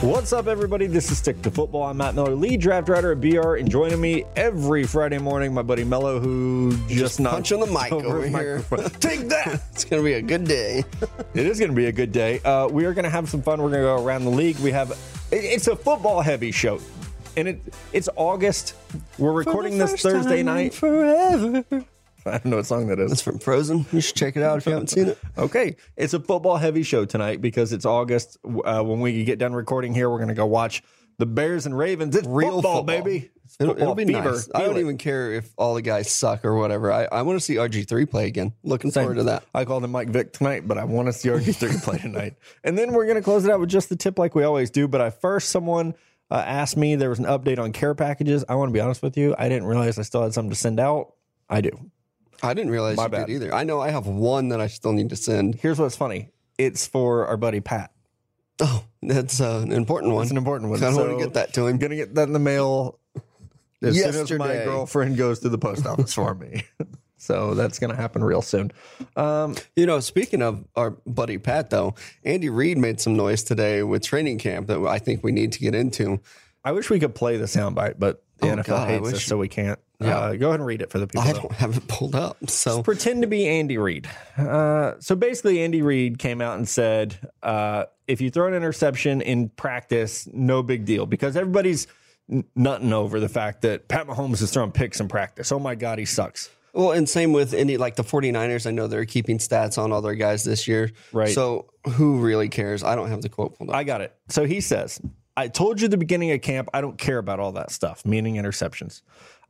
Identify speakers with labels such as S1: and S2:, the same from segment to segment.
S1: What's up, everybody? This is Stick to Football. I'm Matt Miller, lead draft writer at BR, and joining me every Friday morning, my buddy Mello, who just,
S2: Just
S1: knocked
S2: punching the mic over
S1: his
S2: here.
S1: microphone. Take that!
S2: It's going to be a good day.
S1: it is going to be a good day. Uh, we are going to have some fun. We're going to go around the league. We have it- it's a football heavy show, and it it's August. We're recording this Thursday night.
S2: Forever.
S1: I don't know what song that
S2: It's
S1: is.
S2: from Frozen. You should check it out if you haven't seen it.
S1: Okay, it's a football heavy show tonight because it's August. Uh, when we get done recording here, we're going to go watch the Bears and Ravens. It's
S2: Real
S1: football,
S2: football.
S1: baby. It's
S2: It'll,
S1: football
S2: it'll be
S1: fever.
S2: nice. I
S1: Feel
S2: don't
S1: it.
S2: even care if all the guys suck or whatever. I, I want to see RG3 play again. Looking forward to that.
S1: I called him Mike Vick tonight, but I want to see RG3 play tonight. And then we're going to close it out with just the tip like we always do. But I first, someone uh, asked me, there was an update on care packages. I want to be honest with you. I didn't realize I still had something to send out. I do.
S2: I didn't realize
S1: My
S2: you
S1: bad.
S2: did either. I know I have one that I still need to send.
S1: Here's what's funny it's for our buddy Pat.
S2: Oh, that's uh, an important one.
S1: It's an important one.
S2: I don't
S1: So
S2: want to get that to
S1: I'm
S2: him.
S1: going to get that in the mail as soon as my
S2: Yesterday.
S1: girlfriend goes to the post office for me. So that's going to happen real soon. Um,
S2: You know, speaking of our buddy Pat, though, Andy Reid made some noise today with training camp that I think we need to get into.
S1: I wish we could play the soundbite, but the
S2: Oh,
S1: NFL
S2: God, I
S1: hates
S2: wish
S1: us,
S2: you-
S1: so we can't. Uh, go ahead and read it for the people.
S2: I
S1: though.
S2: don't have it pulled up. So
S1: pretend to be Andy Reid. Uh, so basically, Andy Reid came out and said, uh, if you throw an interception in practice, no big deal because everybody's n- nutting over the fact that Pat Mahomes is throwing picks in practice. Oh my God, he sucks.
S2: Well, and same with any like the 49ers. I know they're keeping stats on all their guys this year.
S1: Right.
S2: So who really cares? I don't have the quote pulled up.
S1: I got it. So he says, I told you at the beginning of camp, I don't care about all that stuff, meaning interceptions.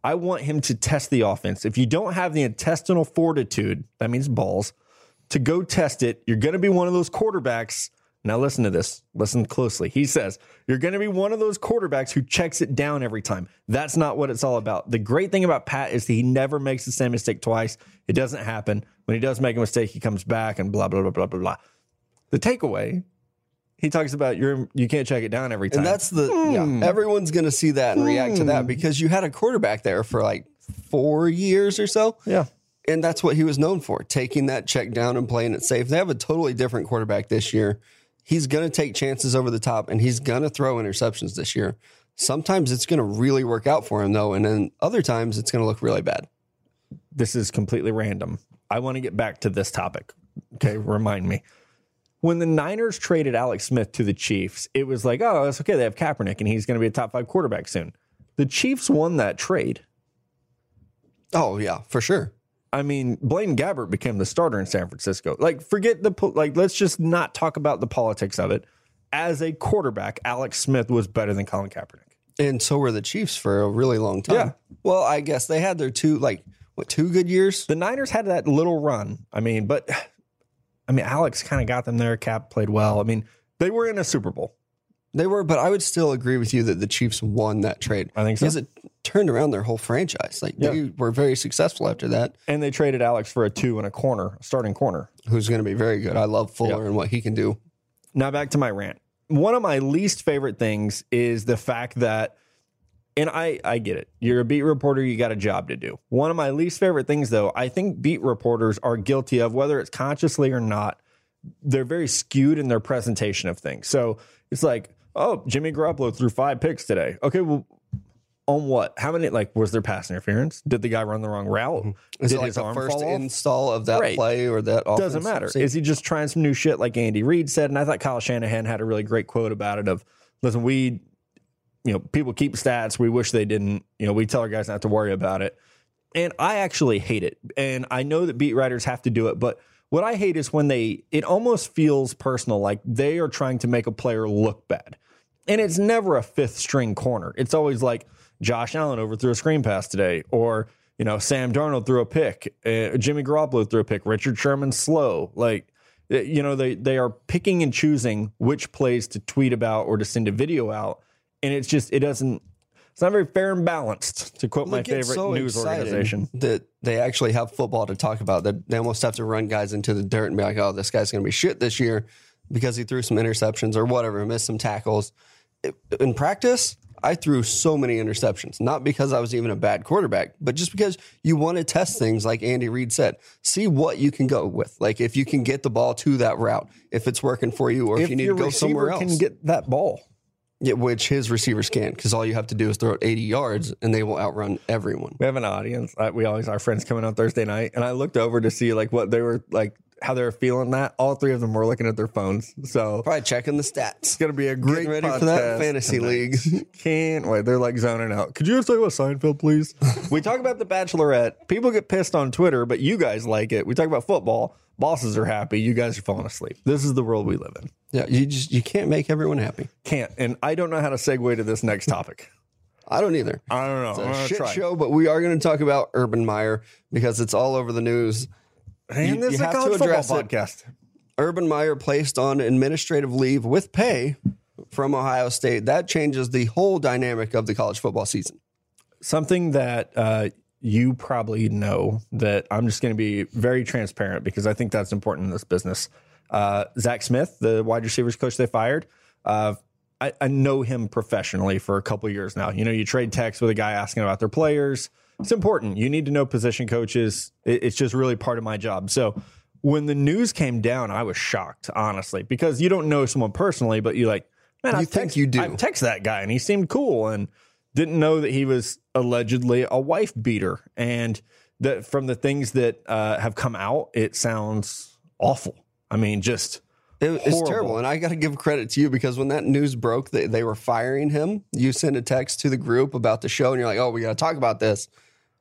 S1: I want him to test the offense. If you don't have the intestinal fortitude, that means balls, to go test it, you're going to be one of those quarterbacks. Now, listen to this. Listen closely. He says, You're going to be one of those quarterbacks who checks it down every time. That's not what it's all about. The great thing about Pat is that he never makes the same mistake twice. It doesn't happen. When he does make a mistake, he comes back and blah, blah, blah, blah, blah, blah. The takeaway he talks about your you can't check it down every time.
S2: and that's the
S1: Hmm.
S2: yeah, everyone's going to see that and react to that because you had a quarterback there for like four years or so.
S1: yeah.
S2: And that's what he was known for, taking that check down and playing it safe. They have a totally different quarterback this year. He's going to take chances over the top and he's going to throw interceptions this year. Sometimes it's going to really work out for him, though. And then other times it's going to look really bad.
S1: This is completely random. I want to get back to this topic. Okay, remind me. When the Niners traded Alex Smith to the Chiefs, it was like, oh, it's okay. They have Kaepernick and he's going to be a top five quarterback soon. The Chiefs won that trade.
S2: Oh, yeah, for sure.
S1: I mean, Blaine Gabbert became the starter in San Francisco. Like, forget the po- like. Let's just not talk about the politics of it. As a quarterback, Alex Smith was better than Colin Kaepernick.
S2: And so were the Chiefs for a really long time.
S1: Yeah.
S2: Well, I guess they had their two, like, what, two good years?
S1: the Niners had that little run. I mean, but I mean, Alex kind of got them there. Cap played well. I mean, they were in a Super Bowl.
S2: They were, but I would still agree with you that the Chiefs won that trade.
S1: I think so.
S2: Because it turned around their whole franchise. Like, they were very successful after that.
S1: And they traded Alex for a two and a corner, a starting corner.
S2: Who's going to be very good. I love Fuller and what he can do.
S1: Now back to my rant. One of my least favorite things is the fact that and I, I get it. You're a beat reporter, you got a job to do. One of my least favorite things, though, I think beat reporters are guilty of, whether it's consciously or not, they're very skewed in their presentation of things. So it's like, oh, Jimmy Garoppolo threw five picks today. Okay, well, on what? How many? Like, was there pass interference? Did the guy run the wrong route?
S2: Mm-hmm. Is
S1: Did
S2: it like
S1: his
S2: the
S1: arm
S2: first
S1: fall off?
S2: install of that
S1: Right.
S2: play or that offense?
S1: doesn't matter. Is he just trying some new shit like Andy Reid said? And I thought Kyle Shanahan had a really great quote about it of listen, we you know, people keep stats, we wish they didn't. You know, we tell our guys not to worry about it. And I actually hate it. And I know that beat writers have to do it, but what I hate is when they it almost feels personal, like they are trying to make a player look bad. And it's never a fifth string corner. It's always like Josh Allen overthrew a screen pass today, or you know Sam Darnold threw a pick, uh, Jimmy Garoppolo threw a pick, Richard Sherman's slow. Like eh, you know they they are picking and choosing which plays to tweet about or to send a video out, and it's just it doesn't. It's not very fair and balanced, to quote
S2: They
S1: my
S2: get
S1: favorite
S2: so
S1: news
S2: excited
S1: organization.
S2: that they actually have football to talk about. That they almost have to run guys into the dirt and be like, "Oh, this guy's going to be shit this year because he threw some interceptions or whatever, missed some tackles." In practice, I threw so many interceptions, not because I was even a bad quarterback, but just because you want to test things, like Andy Reid said, see what you can go with. Like if you can get the ball to that route, if it's working for you, or if, you need to
S1: your
S2: go
S1: receiver
S2: somewhere else.
S1: can get that ball.
S2: Yeah, which his receivers can, because all you have to do is throw it 80 yards and they will outrun everyone.
S1: We have an audience. I, we always our friends coming on Thursday night, and I looked over to see like what they were like, how they were feeling. That all three of them were looking at their phones. So
S2: Probably checking the stats.
S1: it's gonna be a great
S2: Getting ready for that
S1: podcast
S2: fantasy
S1: tonight.
S2: league.
S1: Can't wait. They're like zoning out. Could you guys talk about Seinfeld, please? we talk about The Bachelorette. People get pissed on Twitter, but you guys like it. We talk about football. Bosses are happy. You guys are falling asleep. This is the world we live in.
S2: Yeah, you just you can't make everyone happy.
S1: Can't. And I don't know how to segue to this next topic.
S2: I don't either.
S1: I don't know. I'm
S2: a
S1: gonna
S2: shit
S1: try.
S2: show, but we are going to talk about Urban Meyer because it's all over the news.
S1: And
S2: You-
S1: this
S2: you
S1: is a
S2: have to
S1: college football
S2: address it.
S1: podcast.
S2: Urban Meyer placed on administrative leave with pay from Ohio State. That changes the whole dynamic of the college football season.
S1: something that uh, you probably know that I'm just going to be very transparent because I think that's important in this business. Uh, Zach Smith, the wide receivers coach they fired, uh, I, I know him professionally for a couple years now. You know, you trade texts with a guy asking about their players. It's important. You need to know position coaches. It- it's just really part of my job. So when the news came down, I was shocked, honestly, because you don't know someone personally, but you like, man,
S2: You
S1: I
S2: think you do.
S1: I've text that guy and he seemed cool and didn't know that he was allegedly a wife beater. And that from the things that uh, have come out, it sounds awful. I mean, just
S2: It- it's
S1: Horrible.
S2: terrible. And I got to give credit to you because when that news broke that they were firing him, you sent a text to the group about the show and you're like, oh, we got to talk about this.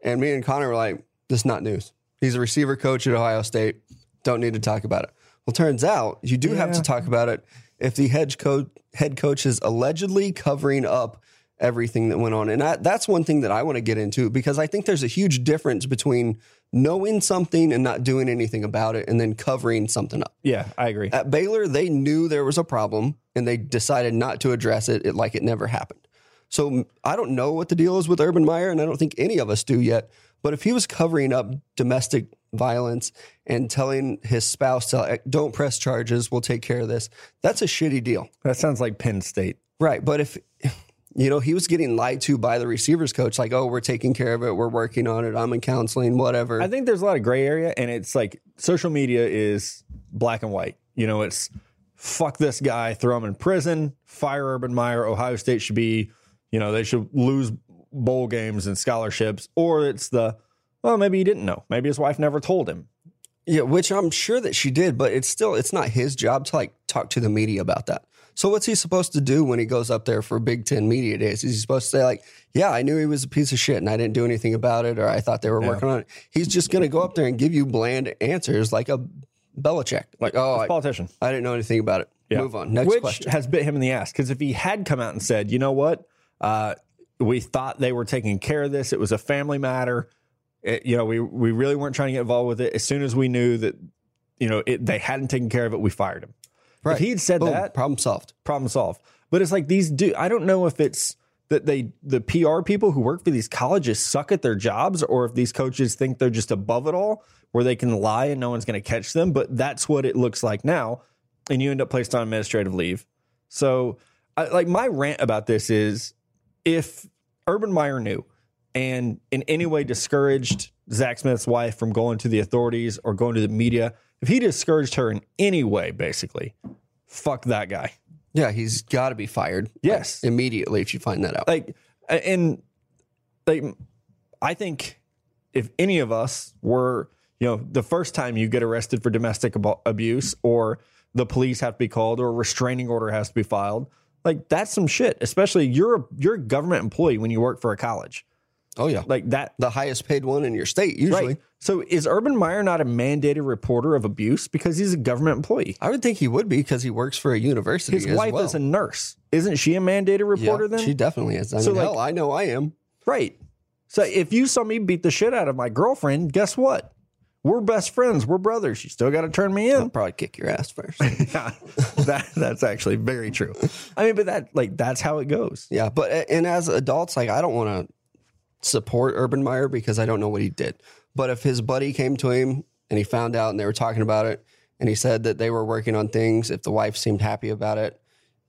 S2: And me and Connor were like, this is not news. He's a receiver coach at Ohio State. Don't need to talk about it. Well, turns out you do have to
S1: Yeah.
S2: talk about it if the head coach, head coach is allegedly covering up everything that went on. And I, that's one thing that I want to get into because I think there's a huge difference between knowing something and not doing anything about it and then covering something up.
S1: yeah, I agree.
S2: At Baylor, they knew there was a problem and they decided not to address it, it like it never happened. So m- I don't know what the deal is with Urban Meyer, and I don't think any of us do yet. But if he was covering up domestic violence and telling his spouse to like, don't press charges, we'll take care of this, that's a shitty deal.
S1: That sounds like Penn State.
S2: Right. But if, you know, he was getting lied to by the receivers coach, like, oh, we're taking care of it, we're working on it, I'm in counseling, whatever.
S1: I think there's a lot of gray area, and it's like social media is black and white. You know, it's fuck this guy, throw him in prison, fire Urban Meyer. Ohio State should be, you know, they should lose bowl games and scholarships, or it's the well, maybe he didn't know. Maybe his wife never told him.
S2: Yeah, which I'm sure that she did, but it's still it's not his job to like talk to the media about that. So what's he supposed to do when he goes up there for Big Ten media days? Is he supposed to say like, "Yeah, I knew he was a piece of shit and I didn't do anything about it, or I thought they were
S1: Yeah.
S2: working on it"? He's just gonna go up there and give you bland answers like a Belichick, like, "Oh,
S1: It's
S2: I,
S1: politician.
S2: I didn't know anything about it."
S1: Yeah.
S2: Move on. Next
S1: which
S2: question.
S1: has bit him in the ass because if he had come out and said, you know what, uh, we thought they were taking care of this, it was a family matter, it, you know, we we really weren't trying to get involved with it. As soon as we knew that, you know, it, they hadn't taken care of it, we fired him.
S2: Right.
S1: If he'd said
S2: Boom.
S1: that,
S2: Problem solved.
S1: problem solved. But it's like these do. I don't know if it's that they the PR people who work for these colleges suck at their jobs, or if these coaches think they're just above it all, where they can lie and no one's going to catch them. But that's what it looks like now, and you end up placed on administrative leave. So, I, like my rant about this is, if Urban Meyer knew and in any way discouraged Zach Smith's wife from going to the authorities or going to the media, if he discouraged her in any way, basically, fuck that guy.
S2: Yeah, he's got to be fired.
S1: Yes.
S2: like, immediately if you find that out.
S1: Like, and like, I think if any of us were, you know, the first time you get arrested for domestic abo- abuse or the police have to be called or a restraining order has to be filed, like that's some shit. Especially you're a, you're a government employee when you work for a college.
S2: Oh yeah,
S1: Like that
S2: the highest paid one in your state usually.
S1: Right. So is Urban Meyer not a mandated reporter of abuse because he's a government employee?
S2: I would think he would be because he works for a university.
S1: His
S2: as
S1: wife
S2: well.
S1: is a nurse. Isn't she a mandated reporter
S2: Yeah,
S1: then?
S2: She definitely is. I
S1: So,
S2: mean,
S1: like-
S2: hell, I know I am.
S1: right. So if you saw me beat the shit out of my girlfriend, guess what? We're best friends. We're brothers. You still got to turn me
S2: I'll
S1: in.
S2: probably kick your ass first.
S1: yeah, that, that's actually very true. I mean, but that like that's how it goes.
S2: yeah, but and as adults, like I don't want to support Urban Meyer because I don't know what he did. But if his buddy came to him and he found out and they were talking about it, and he said that they were working on things, if the wife seemed happy about it,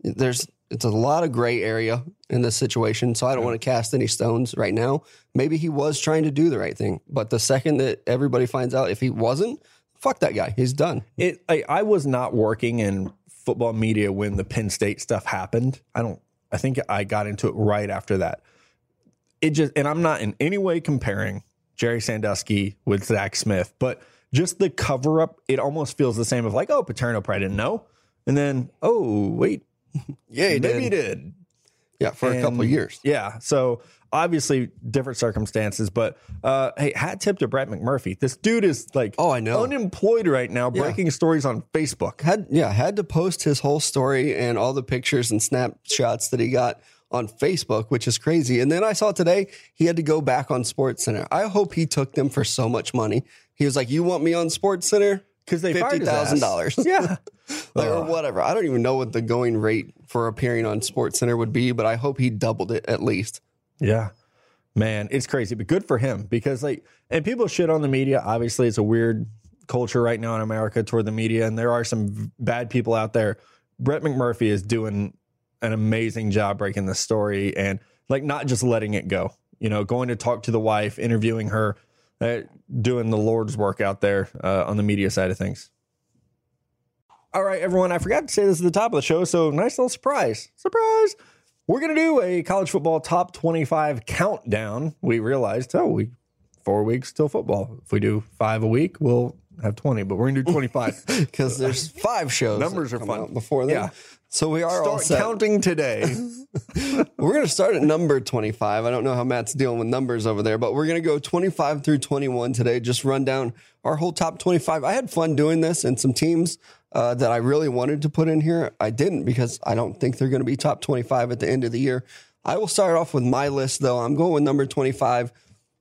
S2: there's it's a lot of gray area in this situation. So I don't want to cast any stones right now. Maybe he was trying to do the right thing, but the second that everybody finds out, if he wasn't, fuck that guy, he's done.
S1: It I, I was not working in football media when the Penn State stuff happened. I don't I think I got into it right after that. It just, and I'm not in any way comparing Jerry Sandusky with Zach Smith, but just the cover up, it almost feels the same of like, oh, Paterno probably didn't know. And then, oh, wait,
S2: Yeah,
S1: maybe
S2: he did.
S1: he did.
S2: Yeah, for a couple
S1: And-
S2: of years.
S1: Yeah. So obviously different circumstances, but uh, hey, hat tip to Brett McMurphy. This dude is like
S2: Oh, I know.
S1: unemployed right now, breaking stories on Facebook.
S2: had yeah had to post his whole story and all the pictures and snapshots that he got on Facebook, which is crazy. And then I saw today he had to go back on Sports Center. I hope he took them for so much money. He was like, "You want me on Sports Center?
S1: Because they fired
S2: Fifty
S1: his ass.
S2: thousand dollars,
S1: Yeah.
S2: like, or whatever." I don't even know what the going rate for appearing on Sports Center would be, but I hope he doubled it at least.
S1: Yeah. Man, it's crazy, but good for him because like and people shit on the media. Obviously, it's a weird culture right now in America toward the media and there are some v- bad people out there. Brett McMurphy is doing an amazing job breaking the story and like not just letting it go. You know, going to talk to the wife, interviewing her, uh, doing the Lord's work out there uh, on the media side of things. All right, everyone. I forgot to say this at the top of the show, so nice little surprise. Surprise. We're going to do a college football top 25 countdown. We realized, oh, we four weeks till football. If we do five a week, we'll have 20, but we're going to do 25.
S2: Because there's five shows. that
S1: Numbers are
S2: come
S1: fun.
S2: out before that.
S1: Yeah.
S2: So we are all
S1: Start
S2: set.
S1: counting today.
S2: We're going to start at number 25. I don't know how Matt's dealing with numbers over there, but we're going to go 25 through 21 today. Just run down our whole top 25. I had fun doing this and some teams uh, that I really wanted to put in here. I didn't because I don't think they're going to be top 25 at the end of the year. I will start off with my list, though. I'm going with number 25.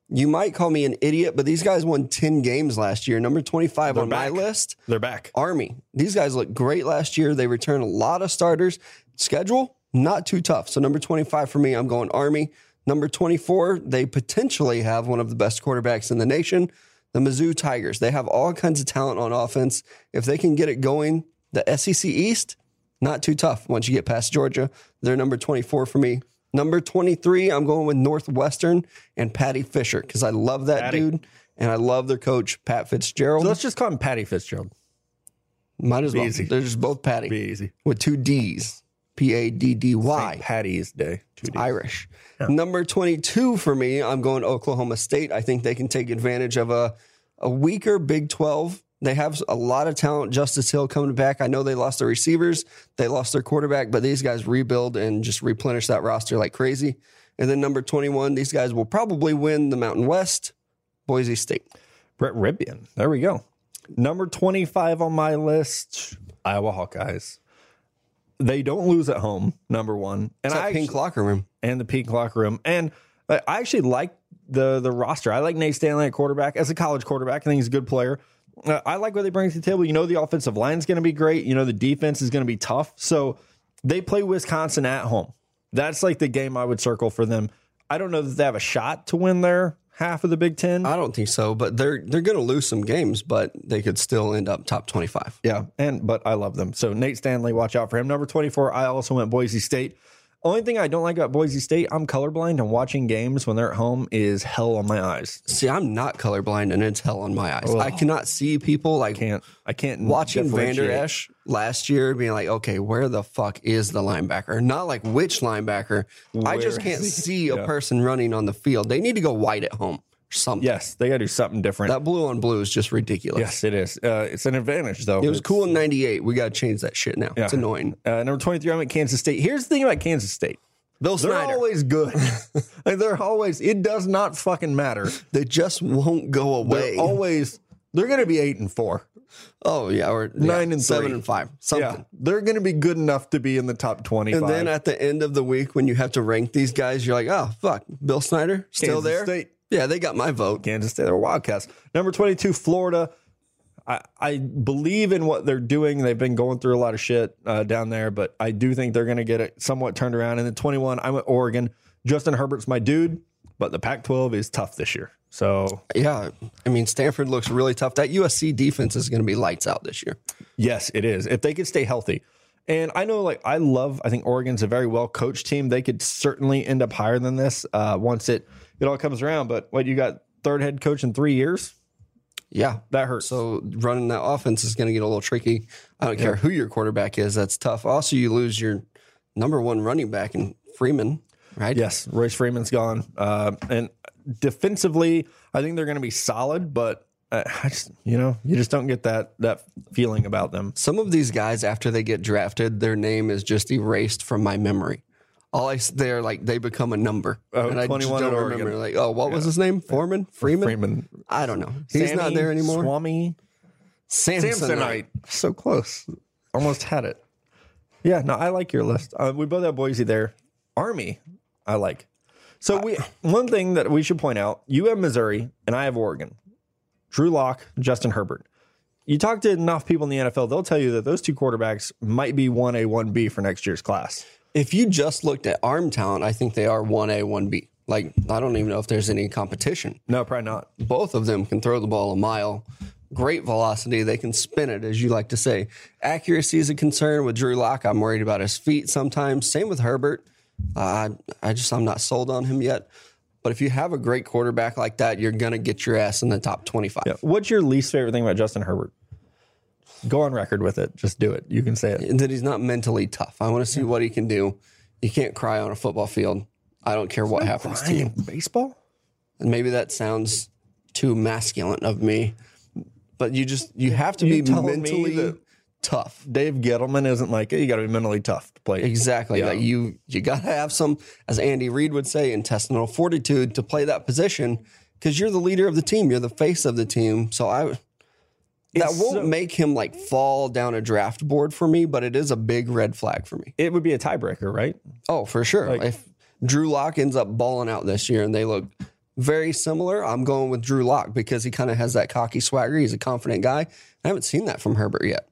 S2: You might call me an idiot, but these guys won 10 games last year. Number 25 on
S1: back.
S2: my list.
S1: They're back.
S2: Army. These guys look great last year. They return a lot of starters. Schedule, not too tough. So, number 25 for me, I'm going Army. Number 24, they potentially have one of the best quarterbacks in the nation, the Mizzou Tigers. They have all kinds of talent on offense. If they can get it going, the SEC East, not too tough once you get past Georgia. They're number 24 for me. Number 23, I'm going with Northwestern and Patty Fisher because I love that
S1: Patty.
S2: dude and I love their coach, Pat Fitzgerald.
S1: So let's just call him Patty Fitzgerald.
S2: Might as well.
S1: easy.
S2: They're just both Patty
S1: Be easy.
S2: with two D's. P A D D
S1: St.
S2: Y.
S1: Patty's Day. Two days.
S2: Irish. Number 22 for me, I'm going Oklahoma State. I think they can take advantage of a, a weaker Big 12. They have a lot of talent. Justice Hill coming back. I know they lost their receivers, they lost their quarterback, but these guys rebuild and just replenish that roster like crazy. And then number 21, these guys will probably win the Mountain West, Boise State.
S1: Brett Ripien. There we go. Number 25 on my list, Iowa Hawkeyes. They don't lose at home, number one. And
S2: It's
S1: I
S2: that
S1: actually-
S2: pink locker room.
S1: and the pink locker room. And I I actually like the the roster. I like Nate Stanley at quarterback as a college quarterback. I think he's a good player. Uh, I like what they bring to the table. You know, the offensive line's going to be great. You know, the defense is going to be tough. So they play Wisconsin at home. That's like the game I would circle for them. I don't know that they have a shot to win their half of the Big Ten.
S2: I don't think so, but they're they're going to lose some games, but they could still end up top 25.
S1: Yeah, and but I love them. So Nate Stanley, watch out for him. Number twenty four. I also went Boise State. Only thing I don't like about Boise State, I'm colorblind, and watching games when they're at home is hell on my eyes.
S2: See, I'm not colorblind and it's hell on my eyes. I cannot see people like
S1: Can't I can't
S2: watching Vander
S1: differentiate.
S2: Esch last year being like, okay, where the fuck is the linebacker? Not like which linebacker. I just can't see a person running on the field. They need to go white at home or something.
S1: Yes, they got to do something different.
S2: That blue on blue is just ridiculous.
S1: yes, it is. Uh, it's an advantage though.
S2: It was cool in 98. We got to change that shit now. It's annoying.
S1: Uh, number twenty three. I'm at Kansas State. Here's the thing about Kansas State.
S2: Bill
S1: They're
S2: Snyder,
S1: always good. like they're always. It does not fucking matter.
S2: they just won't go away.
S1: They're always. They're going to be eight and four.
S2: oh, yeah. Or yeah,
S1: Nine and
S2: seven
S1: three.
S2: and five. Something.
S1: Yeah, they're going to be good enough to be in the top twenty.
S2: And then at the end of the week, when you have to rank these guys, you're like, oh, fuck, Bill Snyder still
S1: Kansas
S2: there?
S1: State.
S2: Yeah, they got my vote.
S1: Kansas State. They're Wildcats. Number 22, Florida. I, I believe in what they're doing. They've been going through a lot of shit uh, down there, but I do think they're going to get it somewhat turned around. And then 21, I'm at Oregon. Justin Herbert's my dude, but the Pac 12 is tough this year. So,
S2: Yeah, I mean, Stanford looks really tough. That USC defense is going to be lights out this year.
S1: yes, it is. If they could stay healthy. And I know, like, I love, I think Oregon's a very well coached team. They could certainly end up higher than this uh, once it, it all comes around. But what you got, third head coach in three years?
S2: Yeah.
S1: That hurts.
S2: So running that offense is going to get a little tricky. I don't care who your quarterback is. That's tough. Also, you lose your number one running back in Freeman, right?
S1: Yes, Royce Freeman's gone. Uh, and defensively, I think they're going to be solid, but I I just, you know, you just don't get that that feeling about them.
S2: Some of these guys, after they get drafted, their name is just erased from my memory. All I s- they're like they become a number,
S1: Oh,
S2: and I just
S1: 21 at
S2: don't
S1: Oregon.
S2: remember. Like, oh, what was his name? Foreman, Freeman.
S1: Freeman,
S2: I don't know. He's not
S1: Sammy,
S2: there anymore.
S1: Swami,
S2: Samsonite.
S1: Samsonite, so close, almost had it. Yeah, no, I like your list. Uh, we both have Boise there. Army, I like. So we one thing that we should point out: you have Missouri, and I have Oregon. Drew Locke, Justin Herbert. You talk to enough people in the NFL, they'll tell you that those two quarterbacks might be one A, one B for next year's class.
S2: If you just looked at arm talent, I think they are one A, one B. Like I don't even know if there's any competition.
S1: No, probably not.
S2: Both of them can throw the ball a mile. Great velocity. They can spin it, as you like to say. Accuracy is a concern with Drew Lock. I'm worried about his feet sometimes. Same with Herbert. Uh, I, I just, I'm not sold on him yet. But if you have a great quarterback like that, you're going to get your ass in the top 25.
S1: What's your least favorite thing about Justin Herbert? Go on record with it. Just do it. You can say it.
S2: And that he's not mentally tough. I want to see what he can do. You can't cry on a football field. I don't care what happens to you.
S1: Ryan, baseball?
S2: And maybe that sounds too masculine of me, but you just, you have to be
S1: telling me
S2: mentally
S1: that-
S2: tough.
S1: Dave Gettleman isn't like, hey, you got to be mentally tough to play.
S2: Exactly.
S1: Yeah.
S2: Like you you gotta have some, as Andy Reid would say, intestinal fortitude to play that position because you're the leader of the team. You're the face of the team. So I that
S1: It's
S2: won't
S1: so-
S2: make him like fall down a draft board for me, but it is a big red flag for me.
S1: It would be a tiebreaker, right?
S2: Oh, for sure.
S1: Like-
S2: if Drew Lock ends up balling out this year and they look very similar, I'm going with Drew Lock because he kind of has that cocky swagger. He's a confident guy. I haven't seen that from Herbert yet.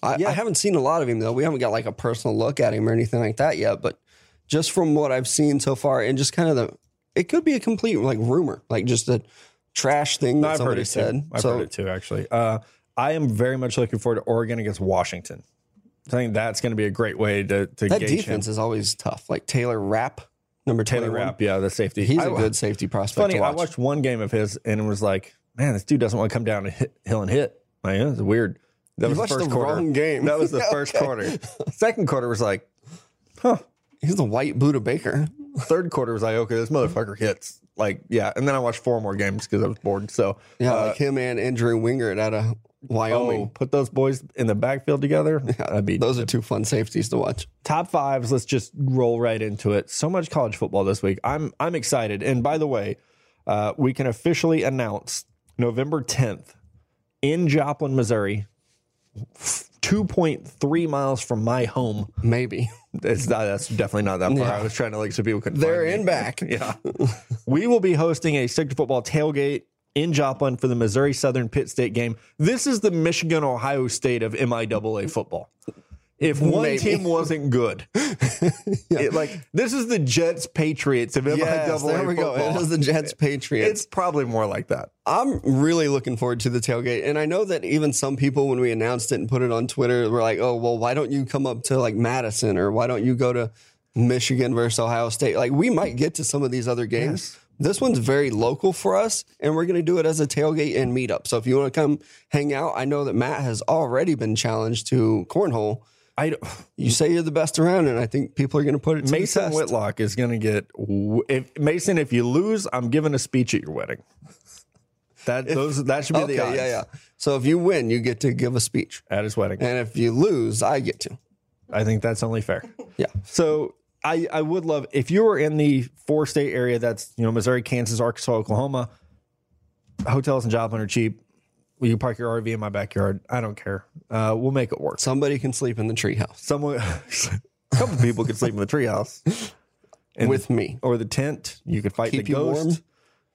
S2: I, I haven't seen a lot of him though. We haven't got like a personal look at him or anything like that yet. But just from what I've seen so far, and just kind of the, it could be a complete like rumor, like just a trash thing
S1: I've
S2: that
S1: heard
S2: somebody
S1: it
S2: said.
S1: too. I've
S2: so
S1: heard it too, actually. Uh, I am very much looking forward to Oregon against Washington. I think that's going to be a great way to, to
S2: that
S1: gauge
S2: defense
S1: him.
S2: is always tough. Like Taylor Rapp, number
S1: Taylor
S2: 21.
S1: Rapp, yeah, the safety.
S2: He's
S1: I-
S2: a good safety prospect.
S1: Funny,
S2: to watch.
S1: I watched one game of his and it was like, man, this dude doesn't want to come down and hit, hill and hit. Like, yeah, it's weird. That was
S2: watched
S1: the first
S2: the
S1: quarter.
S2: wrong game.
S1: That was the
S2: Okay.
S1: first quarter. Second quarter was like,
S2: He's the white Buddha Baker.
S1: third quarter was like, okay, this motherfucker hits. Like, yeah. And then I watched four more games because I was bored. So,
S2: Yeah,
S1: uh,
S2: like him and Andrew Wingard out of
S1: oh,
S2: Wyoming.
S1: put those boys in the backfield together. That'd be
S2: Those are two fun safeties to watch.
S1: top fives. Let's just roll right into it. So much college football this week. I'm I'm excited. And by the way, uh, we can officially announce November 10th in Joplin, Missouri. 2.3 miles from my home.
S2: Maybe
S1: It's not, that's definitely not that far. I was trying to like so people could.
S2: they're in back.
S1: Yeah. we will be hosting a stick to football tailgate in Joplin for the Missouri Southern Pitt State game. This is the Michigan Ohio State of MIAA football. If one
S2: Maybe.
S1: team wasn't good, it, like this is the Jets Patriots of MIAA
S2: Yes,
S1: football.
S2: there we go. It is the Jets Patriots.
S1: it's probably more like that.
S2: I'm really looking forward to the tailgate, and I know that even some people, when we announced it and put it on Twitter, were like, "Oh, well, why don't you come up to like Madison, or why don't you go to Michigan versus Ohio State?" Like, we might get to some of these other games. This one's very local for us, and we're going to do it as a tailgate and meetup. So, if you want to come hang out, I know that Matt has already been challenged to cornhole.
S1: I don't-
S2: You say you're the best around, and I think people are going to put it to the
S1: Mason
S2: test.
S1: Whitlock is going to get w- if Mason. If you lose, I'm giving a speech at your wedding. That those that should be
S2: Oh, Okay,
S1: the odds
S2: yeah, yeah. So, if you win, you get to give a speech,
S1: at his wedding.
S2: and if you lose, I get to.
S1: I think that's only fair.
S2: Yeah.
S1: So I, I would love if you were in the four state area that's you know Missouri, Kansas, Arkansas, Oklahoma. Hotels in Joplin are cheap. Will you park your RV in my backyard? I don't care. Uh, we'll make it work.
S2: Somebody can sleep in the treehouse
S1: Someone, a couple people could sleep in the treehouse
S2: with me.
S1: or the tent. You could fight
S2: Keep
S1: the
S2: you
S1: ghost.
S2: warm.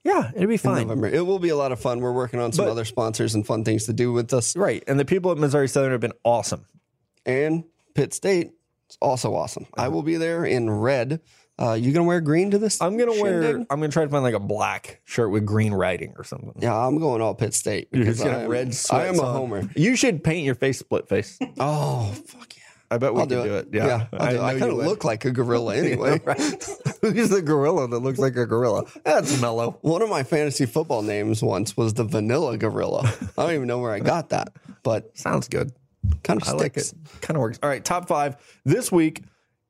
S1: Yeah, it'd be fine.
S2: November. It will be a lot of fun. We're working on some other sponsors and fun things to do with us.
S1: Right, and the people at Missouri Southern have been awesome.
S2: And Pitt State is also awesome.
S1: Uh-huh.
S2: I will be there in red. Uh, you gonna wear green to this?
S1: I'm gonna wear.
S2: shindig?
S1: I'm gonna try to find like a black shirt with green writing or something.
S2: Yeah, I'm going all Pitt State.
S1: You're
S2: because
S1: just gonna
S2: I
S1: have
S2: am-
S1: red
S2: I am
S1: sweats
S2: a
S1: on.
S2: homer.
S1: You should paint your face split face.
S2: Oh fuck yeah!
S1: I bet we
S2: I'll
S1: could
S2: do it.
S1: Yeah,
S2: I'll do it. I,
S1: know
S2: kind
S1: you
S2: of
S1: would.
S2: look like a gorilla anyway.
S1: Who's the gorilla that looks like a gorilla? That's mellow.
S2: One of my fantasy football names once was the Vanilla Gorilla. I don't even know where I got that, but
S1: Sounds good.
S2: kind of
S1: I like
S2: sticks.
S1: it. Kind of works. All right, top five this week.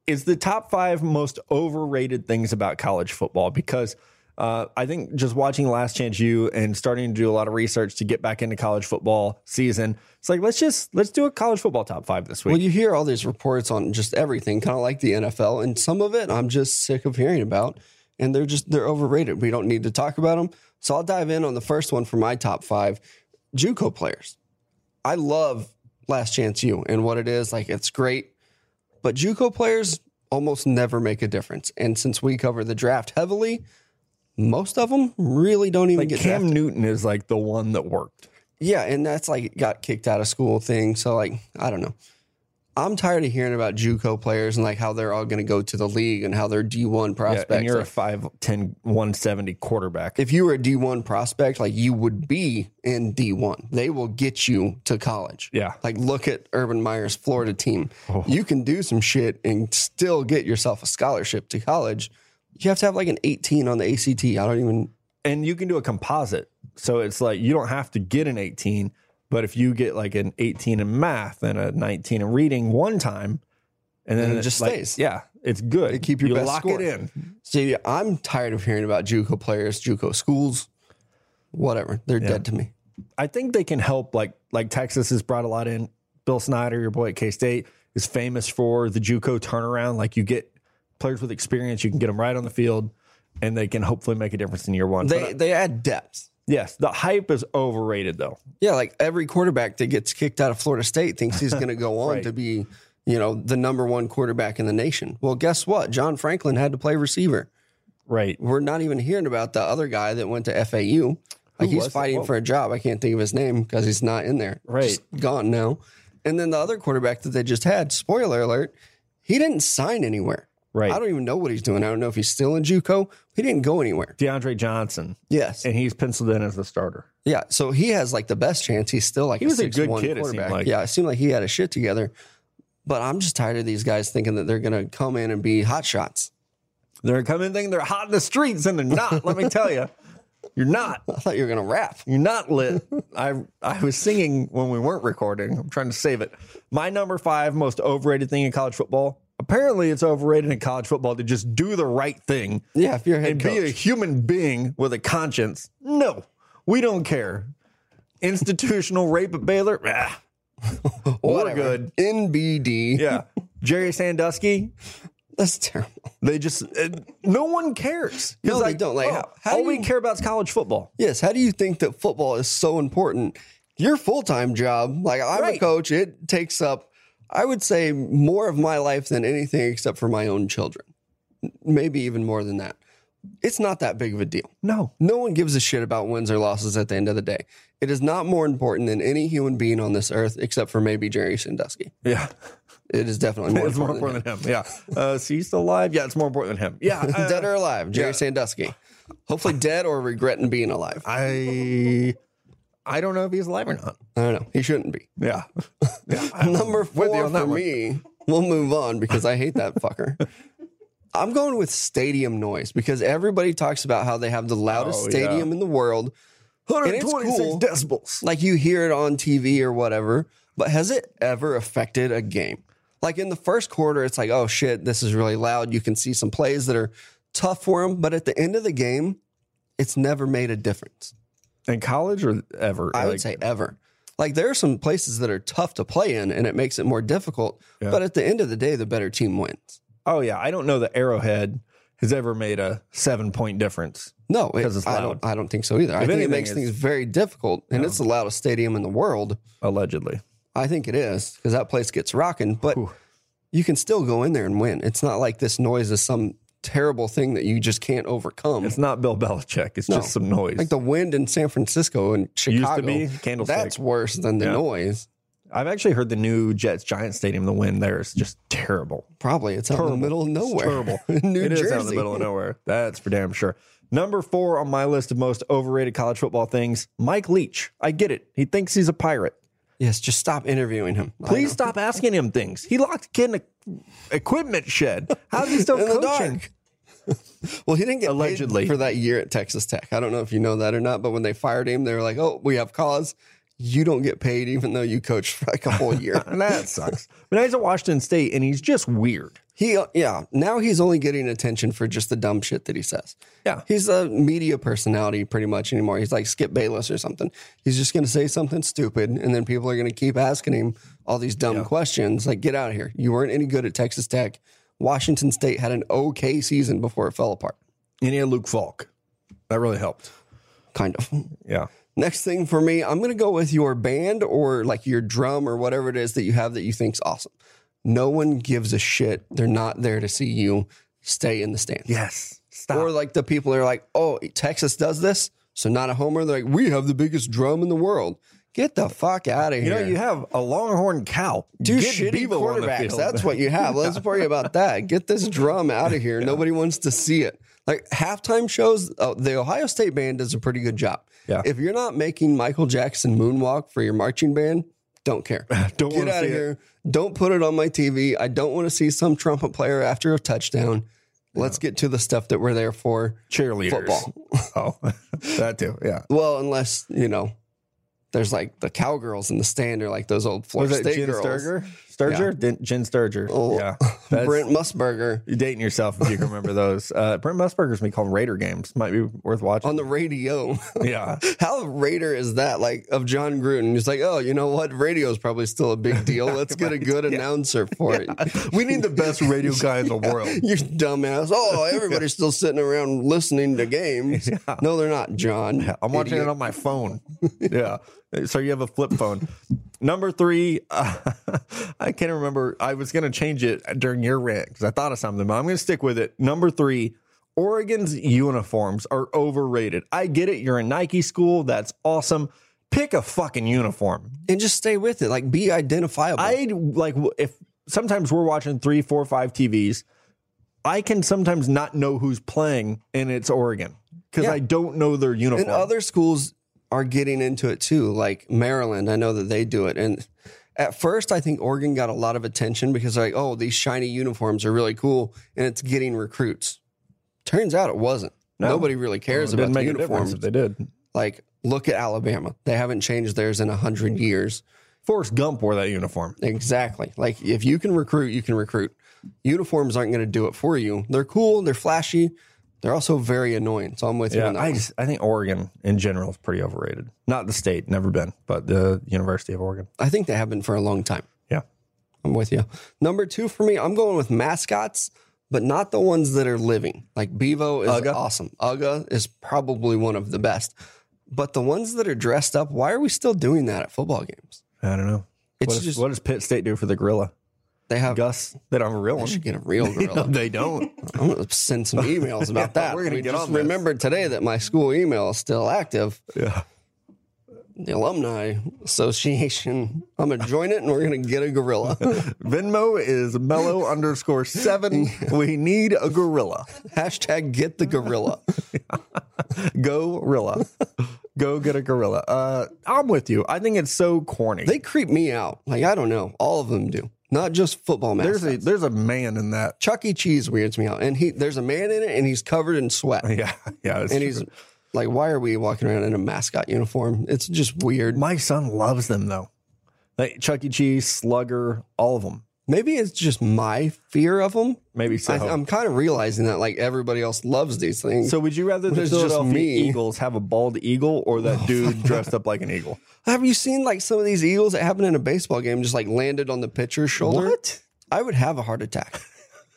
S1: is the top five most overrated things about college football because uh, I think just watching Last Chance U and starting to do a lot of research to get back into college football season, it's like let's just let's do a college football top five this week.
S2: Well, you hear all these reports on just everything, kind of like the NFL, and some of it I'm just sick of hearing about, and they're just they're overrated. We don't need to talk about them. So I'll dive in on the first one for my top five, JUCO players. I love Last Chance U and what it is like. It's great, but JUCO players almost never make a difference. And since we cover the draft heavily, most of them really don't even
S1: like
S2: get
S1: Cam
S2: drafted.
S1: Newton is like the one that worked.
S2: Yeah, and that's like got kicked out of school thing. So like, I don't know. I'm tired of hearing about JUCO players and like how they're all going to go to the league and how they're D1
S1: Yeah,
S2: prospects.
S1: and you're a
S2: Like,
S1: 5'10", 170 quarterback.
S2: if you were a D1 prospect, like you would be in D1. They will get you to college.
S1: yeah. Oh.
S2: Like look at Urban Meyer's Florida team. You can do some shit and still get yourself a scholarship to college. You have to have like an 18 on the ACT. I don't even
S1: and you can do a composite. So it's like you don't have to get an 18, but if you get like an 18 in math and a 19 in reading one time, and then
S2: And it
S1: it
S2: just
S1: like,
S2: stays.
S1: Yeah, it's good.
S2: They keep your
S1: you
S2: best
S1: lock
S2: score.
S1: it in.
S2: See, I'm tired of hearing about JUCO players, JUCO schools, whatever. They're dead to me.
S1: I think they can help. Like like Texas has brought a lot in. Bill Snyder, your boy at K State, is famous for the JUCO turnaround. Like you get players with experience, you can get them right on the field, and they can hopefully make a difference in year one. But,
S2: They
S1: uh,
S2: they add depth.
S1: yes, the hype is overrated though.
S2: Yeah, like every quarterback that gets kicked out of Florida State thinks he's going to go on
S1: Right.
S2: to be, you know, the number one quarterback in the nation. Well, guess what? John Franklin had to play receiver.
S1: Right.
S2: We're not even hearing about the other guy that went to FAU. Like
S1: Who was
S2: he's
S1: it?
S2: fighting
S1: Whoa.
S2: for a job. I can't think of his name because he's not in there.
S1: Right.
S2: Just gone now. And then the other quarterback that they just had, spoiler alert, he didn't sign anywhere.
S1: Right.
S2: I don't even know what he's doing. I don't know if he's still in JUCO. He didn't go anywhere.
S1: DeAndre Johnson,
S2: Yes.
S1: and he's penciled in as the starter.
S2: Yeah. So he has like the best chance. He's still like
S1: He was a good
S2: 6'1"
S1: kid, it seemed
S2: quarterback.
S1: like.
S2: Yeah. It seemed like he had his shit together. But I'm just tired of these guys thinking that they're going to come in and be hot shots.
S1: They're coming thinking they're hot in the streets and they're not. Let me tell you, you're not.
S2: I thought you were going to rap.
S1: You're not lit. I I was singing when we weren't recording. I'm trying to save it. My number five most overrated thing in college football. Apparently, it's overrated in college football to just do the right thing
S2: Yeah. If you're a head
S1: and
S2: coach.
S1: be a human being with a conscience. No, we don't care. Institutional rape at Baylor. Ah, we're
S2: Whatever.
S1: good.
S2: NBD.
S1: Yeah, Jerry Sandusky.
S2: That's terrible.
S1: They just uh, no one cares. 'Cause, Oh,
S2: No, they don't. Like, how- how
S1: all
S2: do
S1: we
S2: you-
S1: care about is college football.
S2: Yes. How do you think that football is so important? Your full time job, like I'm a
S1: Right.
S2: coach, it takes up, I would say, more of my life than anything except for my own children. M- Maybe even more than that. It's not that big of a deal.
S1: No,
S2: No one gives a shit about wins or losses at the end of the day. It is not more important than any human being on this earth, except for maybe Jerry Sandusky.
S1: yeah,
S2: It is definitely more
S1: it's more
S2: important.
S1: important than him. Yeah, uh, is he still alive? Yeah, it's more important than him. Yeah,
S2: than him.
S1: uh,
S2: dead or alive, Jerry
S1: yeah.
S2: Sandusky. Hopefully, dead or regretting being alive.
S1: I I don't know if he's alive or not.
S2: I don't know. He shouldn't be.
S1: Yeah, yeah. I'm
S2: Number
S1: you
S2: four
S1: on
S2: for
S1: that one.
S2: me. We'll move on because I hate that fucker. I'm going with stadium noise because everybody talks about how they have the loudest
S1: Oh, yeah.
S2: stadium in the world. And it's
S1: 126
S2: cool.
S1: decibels.
S2: Like you hear it on TV or whatever, but has it ever affected a game? Like in the first quarter, it's like, oh shit, this is really loud. You can see some plays that are tough for him, but at the end of the game, it's never made a difference.
S1: In college or ever?
S2: I
S1: Like,
S2: would say ever. Like there are some places that are tough to play in and it makes it more difficult,
S1: Yeah.
S2: but at the end of the day, the better team wins.
S1: Oh yeah, I don't know that Arrowhead has ever made a seven point difference.
S2: No, it,
S1: 'Cause it's
S2: I
S1: loud.
S2: don't. I don't think so either. I
S1: If
S2: think it
S1: anything,
S2: makes
S1: it's-
S2: things very difficult, and it's the loudest stadium in the world.
S1: Allegedly,
S2: I think it is because that place gets rocking, but
S1: Whew.
S2: you can still go in there and win. It's not like this noise is some terrible thing that you just can't overcome.
S1: it's not Bill Belichick. It's
S2: No.
S1: just some noise.
S2: like the wind in San Francisco and
S1: used to
S2: Chicago.
S1: be candlestick.
S2: That's worse than the
S1: Yeah.
S2: noise.
S1: I've actually heard the new Jets Giant Stadium, the wind there is just terrible.
S2: Probably it's out in the
S1: Terrible.
S2: middle of nowhere.
S1: terrible.
S2: New
S1: It is
S2: Jersey.
S1: out in the middle of nowhere. That's for damn sure. Number four on my list of most overrated college football things Mike Leach. I get it. He thinks he's a pirate.
S2: Yes, just stop interviewing him. I
S1: Please stop asking him things. He locked a kid in a equipment shed. How's he still
S2: In the
S1: coaching?
S2: Well, he didn't get paid
S1: Allegedly.
S2: for that year at Texas Tech. I don't know if you know that or not, but when they fired him, they were like, "Oh, we have cause. you don't get paid even though you coach for like a whole year.
S1: And that sucks. But now he's at Washington State and he's just weird.
S2: He yeah, now he's only getting attention for just the dumb shit that he says.
S1: Yeah.
S2: He's a media personality pretty much anymore. He's like Skip Bayless or something. He's just going to say something stupid and then people are going to keep asking him all these dumb questions like get out of here. You weren't any good at Texas Tech. Washington State had an okay season before it fell apart.
S1: And he had Luke Falk. That really helped.
S2: Kind of.
S1: Yeah.
S2: Next thing for me, I'm going to go with your band or like your drum or whatever it is that you have that you think's awesome. No one gives a shit. They're not there to see you stay in the stands.
S1: Yes. Stop.
S2: Or like the people that are like, oh, Texas does this, so not a homer. They're like, we have the biggest drum in the world. Get the fuck out of
S1: you
S2: here.
S1: know, you have a longhorn cow.
S2: Two
S1: Get
S2: shitty
S1: Bevo on the
S2: quarterbacks.
S1: field.
S2: That's what you have. Let's worry about that. Get this drum out of here. Nobody wants to see it. Like halftime shows, uh, the Ohio State band does a pretty good job.
S1: Yeah.
S2: If you're not making Michael Jackson moonwalk for your marching band, don't care.
S1: Don't
S2: Get
S1: wanna
S2: out of
S1: see it.
S2: here. Don't put it on my TV. I don't want to see some trumpet player after a touchdown. Let's get to the stuff that we're there for.
S1: Cheerleaders.
S2: Football.
S1: Oh, that too. Yeah.
S2: Well, unless you know, there's like the cowgirls in the stand or like those old Florida
S1: Was that
S2: State
S1: Jen
S2: girls.
S1: Sturger? Sturger? Din- Jen Sturger.
S2: Oh,
S1: Yeah. That's,
S2: Brent Musburger.
S1: You're dating yourself if you can remember those. Uh, Brent Musburger's been called Raider games. Might be worth watching.
S2: on the radio.
S1: yeah.
S2: How raider is that? Like of John Gruden, he's like, oh, you know what? Radio is probably still a big deal. Let's get a good announcer for it.
S1: We need the best radio guy in the world.
S2: You dumbass! Oh, everybody's still sitting around listening to games. No, they're not, John.
S1: I'm watching it on my phone. yeah. So you have a flip phone. Number three, uh, I can't remember. I was going to change it during your rant because I thought of something, but I'm going to stick with it. Number three, Oregon's uniforms are overrated. I get it. You're in Nike school. That's awesome. Pick a fucking uniform.
S2: and just stay with it. Like, be identifiable.
S1: I like w- if sometimes we're watching three, four, five TVs. I can sometimes not know who's playing, and it's Oregon because
S2: Yeah.
S1: I don't know their uniform.
S2: and other schools are getting into it too. Like Maryland, I know that they do it. And at first, I think Oregon got a lot of attention because they're like, oh, these shiny uniforms are really cool, and it's getting recruits. Turns out it wasn't.
S1: No.
S2: Nobody really cares
S1: It
S2: about
S1: didn't
S2: the
S1: make a difference
S2: uniforms.
S1: if they did.
S2: Like, look at Alabama; they haven't changed theirs in a hundred years.
S1: Forrest Gump wore that uniform.
S2: Exactly. Like if you can recruit, you can recruit. Uniforms aren't going to do it for you. They're cool. They're flashy. They're also very annoying. So I'm with you on that.
S1: I
S2: one.
S1: just I think Oregon in general is pretty overrated. Not the state, never been, but the University of Oregon.
S2: I think they have been for a long time.
S1: Yeah,
S2: I'm with you. Number two for me, I'm going with mascots, but not the ones that are living. Like Bevo is
S1: Ugga?
S2: awesome. Uga is probably one of the best. But the ones that are dressed up, why are we still doing that at football games?
S1: I don't know.
S2: It's
S1: what, does-
S2: just-
S1: what does Pitt State do for the gorilla?
S2: They have.
S1: Gus, they don't have a real
S2: I
S1: one.
S2: should get a real
S1: No,
S2: gorilla.
S1: they don't.
S2: I'm gonna send some emails about
S1: Yeah,
S2: that.
S1: we're gonna
S2: we
S1: get
S2: just
S1: on this.
S2: remembered today that my school email is still active,
S1: yeah,
S2: the alumni association. I'm gonna join it, and we're gonna get a gorilla.
S1: Venmo is mellow underscore seven. We need a gorilla.
S2: Hashtag get the gorilla.
S1: Gorilla. Go get a gorilla. Uh, I'm with you. I think it's so corny.
S2: They creep me out. Like I don't know. All of them do. Not just football mascots.
S1: there's a there's a man in that.
S2: Chuck E. Cheese weirds me out, and he there's a man in it, and he's covered in sweat,
S1: Yeah, yeah. it's
S2: and
S1: true.
S2: he's like, "Why are we walking around in a mascot uniform? It's just weird."
S1: My son loves them though. Like Chuck E. Cheese, Slugger, all of them.
S2: Maybe it's just my fear of them.
S1: Maybe so.
S2: I, I'm kind of realizing that like everybody else loves these things.
S1: Uh-huh. so would you rather the
S2: There's just
S1: Philadelphia
S2: me.
S1: Eagles have a bald eagle or that dude dressed up like an eagle?
S2: have you seen like some of these eagles that happen in a baseball game just like landed on the pitcher's shoulder?
S1: What?
S2: I would have a heart attack.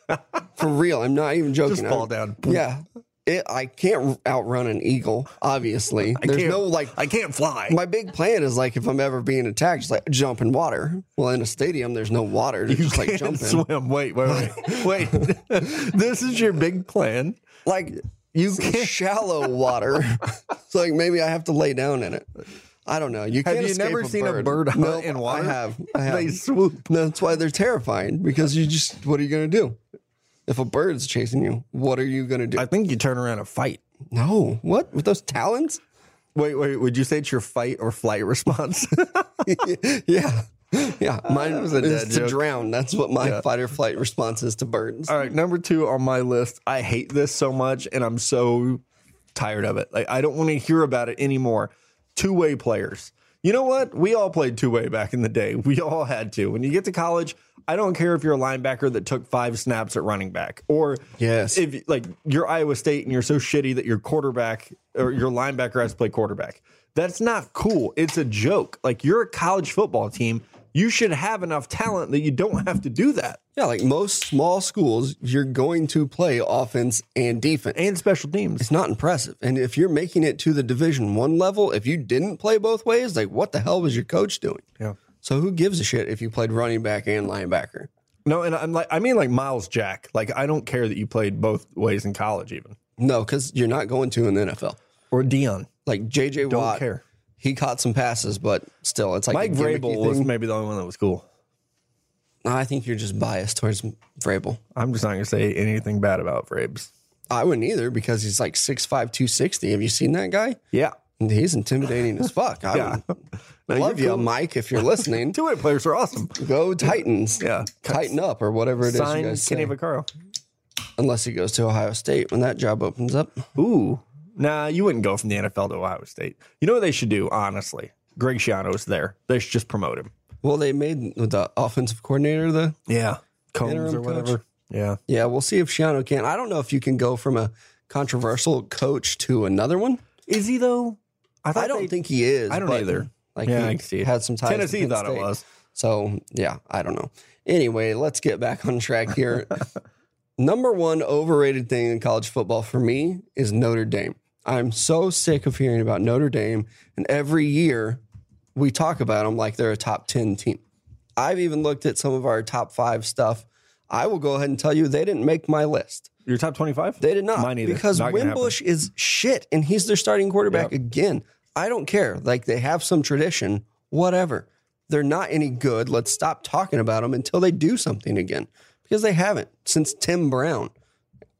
S2: For real, I'm not even joking.
S1: Just
S2: I-
S1: fall down.
S2: Yeah, it, I can't outrun an eagle. Obviously, there's
S1: can't-
S2: no like
S1: I can't fly.
S2: my big plan is like if I'm ever being attacked, just like jump in water. Well, in a stadium, there's no water. to
S1: You
S2: just like
S1: can't
S2: jump in.
S1: swim. Wait, wait, wait. wait. this is your big plan.
S2: Like
S1: You can't.
S2: shallow water. so like maybe I have to lay down in it. I don't know. You
S1: Have
S2: can't
S1: you
S2: escape
S1: never seen a
S2: bird.
S1: bird hunt
S2: Nope,
S1: in water?
S2: I have. I have.
S1: They swoop.
S2: That's why they're terrifying because you just what are you gonna do? If a bird's chasing you, what are you gonna do?
S1: I think you turn around and fight.
S2: no. What with those talons?
S1: Wait, wait. Would you say it's your fight or flight response?
S2: yeah. Yeah, mine was
S1: Uh, was a
S2: is
S1: dad
S2: to
S1: joke.
S2: drown. That's what my fight or flight response is to birds.
S1: All right, number two on my list. I hate this so much, and I'm so tired of it. Like I don't want to hear about it anymore. Two way players. You know what? We all played two way back in the day. We all had to. When you get to college, I don't care if you're a linebacker that took five snaps at running back, or
S2: Yes.
S1: if like you're Iowa State and you're so shitty that your quarterback or your linebacker has to play quarterback. That's not cool. It's a joke. Like you're a college football team. You should have enough talent that you don't have to do that.
S2: Yeah, like most small schools, you're going to play offense and defense.
S1: And special teams.
S2: It's not impressive. And if you're making it to the Division One level, if you didn't play both ways, like what the hell was your coach doing?
S1: Yeah.
S2: So who gives a shit if you played running back and linebacker?
S1: No, and I'm like I mean like Miles Jack. Like I don't care that you played both ways in college even.
S2: No, because you're not going to in the NFL.
S1: Or Dion.
S2: Like JJ
S1: Don't
S2: Watt,
S1: care.
S2: he caught some passes, but still, it's like
S1: Mike
S2: a gimmicky
S1: Vrabel was
S2: thing.
S1: maybe the only one that was cool.
S2: No, I think you're just biased towards Vrabel.
S1: I'm just not gonna say anything bad about Vrabes.
S2: I wouldn't either because he's like 6'5", 260. Have you seen that guy?
S1: Yeah.
S2: He's intimidating as fuck. I
S1: Yeah.
S2: would
S1: No,
S2: love you,
S1: you're cool.
S2: Mike, if you're listening.
S1: Two way players are awesome.
S2: Go Titans.
S1: Yeah.
S2: Tighten up or whatever it is you
S1: Sign
S2: guys say.
S1: Kenny Vaccaro.
S2: Unless he goes to Ohio State when that job opens up.
S1: Ooh. Nah, you wouldn't go from the NFL to Ohio State. You know what they should do, honestly? Greg Schiano's there. They should just promote him.
S2: Well, they made with the offensive coordinator the
S1: Yeah. Combs
S2: Interim
S1: or whatever.
S2: coach.
S1: Yeah.
S2: Yeah, we'll see if Shiano can. I don't know if you can go from a controversial coach to another one.
S1: Is he though? thought
S2: I don't
S1: they-
S2: think he is.
S1: I don't
S2: but,
S1: either.
S2: Like
S1: Yeah,
S2: he
S1: I can see it.
S2: had some ties. to
S1: Tennessee
S2: Penn
S1: thought it
S2: State.
S1: was.
S2: So yeah, I don't know. Anyway, let's get back on track here. Number one overrated thing in college football for me is Notre Dame. I'm so sick of hearing about Notre Dame, and every year we talk about them like they're a top 10 team. I've even looked at some of our top five stuff. I will go ahead and tell you they didn't make my list.
S1: Your top twenty five?
S2: They did not.
S1: Mine either.
S2: Because
S1: Not gonna happen.
S2: Wimbush is shit and he's their starting quarterback again. I don't care. Like they have some tradition, whatever. They're not any good. Let's stop talking about them until they do something again because they haven't since Tim Brown,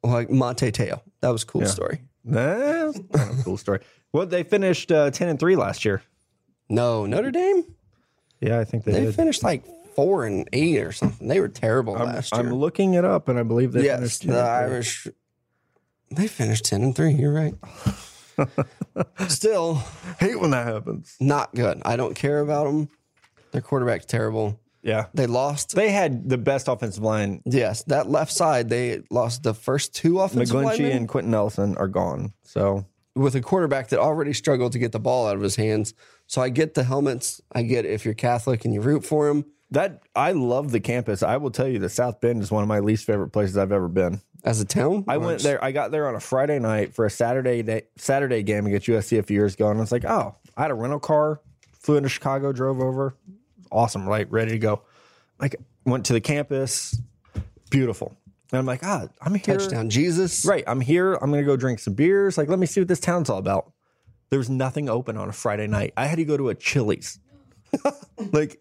S2: like Monte Teo. That was a cool story.
S1: That's kind of a cool story. Well, they finished uh, ten and three last year.
S2: No, Notre Dame,
S1: Yeah, I think they,
S2: they
S1: did.
S2: finished like four and eight or something. They were terrible last year.
S1: I'm looking it up, and I believe they
S2: yes,
S1: finished.
S2: the
S1: 10 and three.
S2: Irish. They finished 10 and three. You're right. Still,
S1: Hate when that happens.
S2: not good. I don't care about them. Their quarterback's terrible.
S1: Yeah,
S2: They lost.
S1: they had the best offensive line.
S2: yes, that left side. They lost the first two offensive
S1: McGlinchey
S2: linemen
S1: and Quentin Nelson are gone. So
S2: with a quarterback that already struggled to get the ball out of his hands. So I get the helmets. I get if you're Catholic and you root for him.
S1: That I love the campus. I will tell you that South Bend is one of my least favorite places I've ever been.
S2: As a town,
S1: I went there. I got there on a Friday night for a Saturday day, Saturday game against USC a few years ago, and I was like, "Oh, I had a rental car, flew into Chicago, drove over, awesome, right, ready to go." Like, went to the campus, beautiful, and I'm like, "Ah, I'm here,
S2: touchdown Jesus.
S1: right? I'm here. I'm gonna go drink some beers. Like, let me see what this town's all about." There was nothing open on a Friday night. I had to go to a Chili's, like,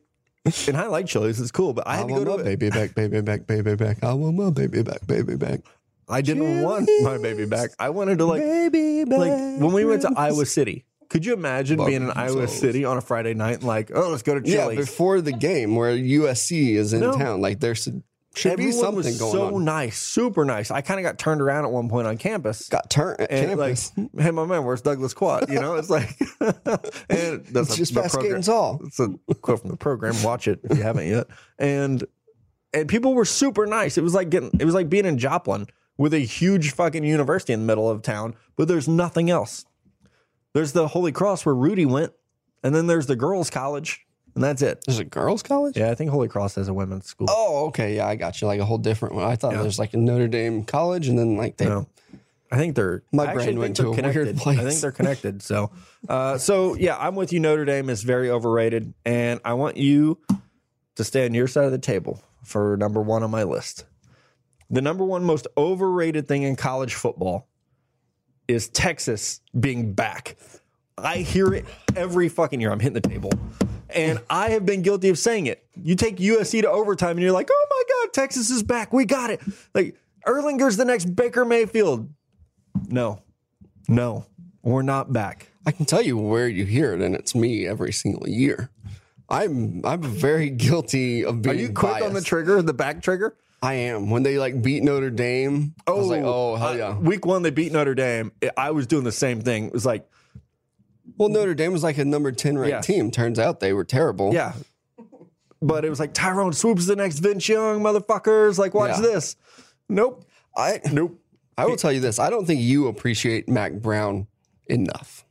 S1: and I like Chili's. It's cool, but I
S2: I
S1: had to
S2: want
S1: go to
S2: my
S1: a,
S2: baby back, baby back, baby back. I want my baby back, baby back,
S1: I didn't want my baby back. I wanted to like
S2: baby back.
S1: like when we went to Iowa City. Could you imagine being in
S2: Barbecue
S1: Iowa
S2: sauce.
S1: City on a Friday night and like, oh, let's go to
S2: yeah,
S1: Chili's?
S2: before the game where USC is in
S1: No.
S2: town, like there's should
S1: Everyone
S2: be something
S1: was
S2: going
S1: so
S2: on.
S1: nice, super nice. I kind of got turned around at one point on campus.
S2: got turned at
S1: and
S2: campus.
S1: like, hey, my man, where's Douglas Quad? You know, it's like, and that's
S2: it's
S1: a-
S2: just
S1: the
S2: past
S1: program.
S2: Gaten's Hall.
S1: It's a quote from the program. Watch it if you haven't yet. And and people were super nice. It was like getting, it was like being in Joplin with a huge fucking university in the middle of town, but there's nothing else. There's the Holy Cross where Rudy went, and then there's the girls' college, and that's it.
S2: There's a girls' college?
S1: Yeah, I think Holy Cross has a women's school.
S2: Oh, okay. Yeah, I got you. Like a whole different one. I thought
S1: Yeah.
S2: there was like a Notre Dame college and then like they
S1: No. I think they're
S2: My
S1: I actually
S2: brain
S1: think
S2: went
S1: they're
S2: to a weird
S1: connected.
S2: place.
S1: I think they're connected. So, uh, so yeah, I'm with you. Notre Dame is very overrated, and I want you to stay on your side of the table for number one on my list. The number one most overrated thing in college football is Texas being back. I hear it every fucking year. I'm hitting the table. And I have been guilty of saying it. You take USC to overtime and you're like, oh my God, Texas is back. We got it. Like, Erlinger's the next Baker Mayfield. No, no, we're not back.
S2: I can tell you where you hear it, and it's me every single year. I'm I'm very guilty of being. biased.
S1: trigger, the back trigger?
S2: I am. When they like beat Notre Dame, oh, I was like, oh hell
S1: I-
S2: yeah.
S1: week one, they beat Notre Dame. I- I was doing the same thing. It was like,
S2: Well, Notre Dame was like a number 10 ranked
S1: Yeah.
S2: team. Turns out they were terrible.
S1: Yeah. But it was like Tyrone swoops the next Vince Young, motherfuckers. Like, watch
S2: Yeah.
S1: this. Nope.
S2: I
S1: Nope.
S2: I will tell you this. I don't think you appreciate Mac Brown enough.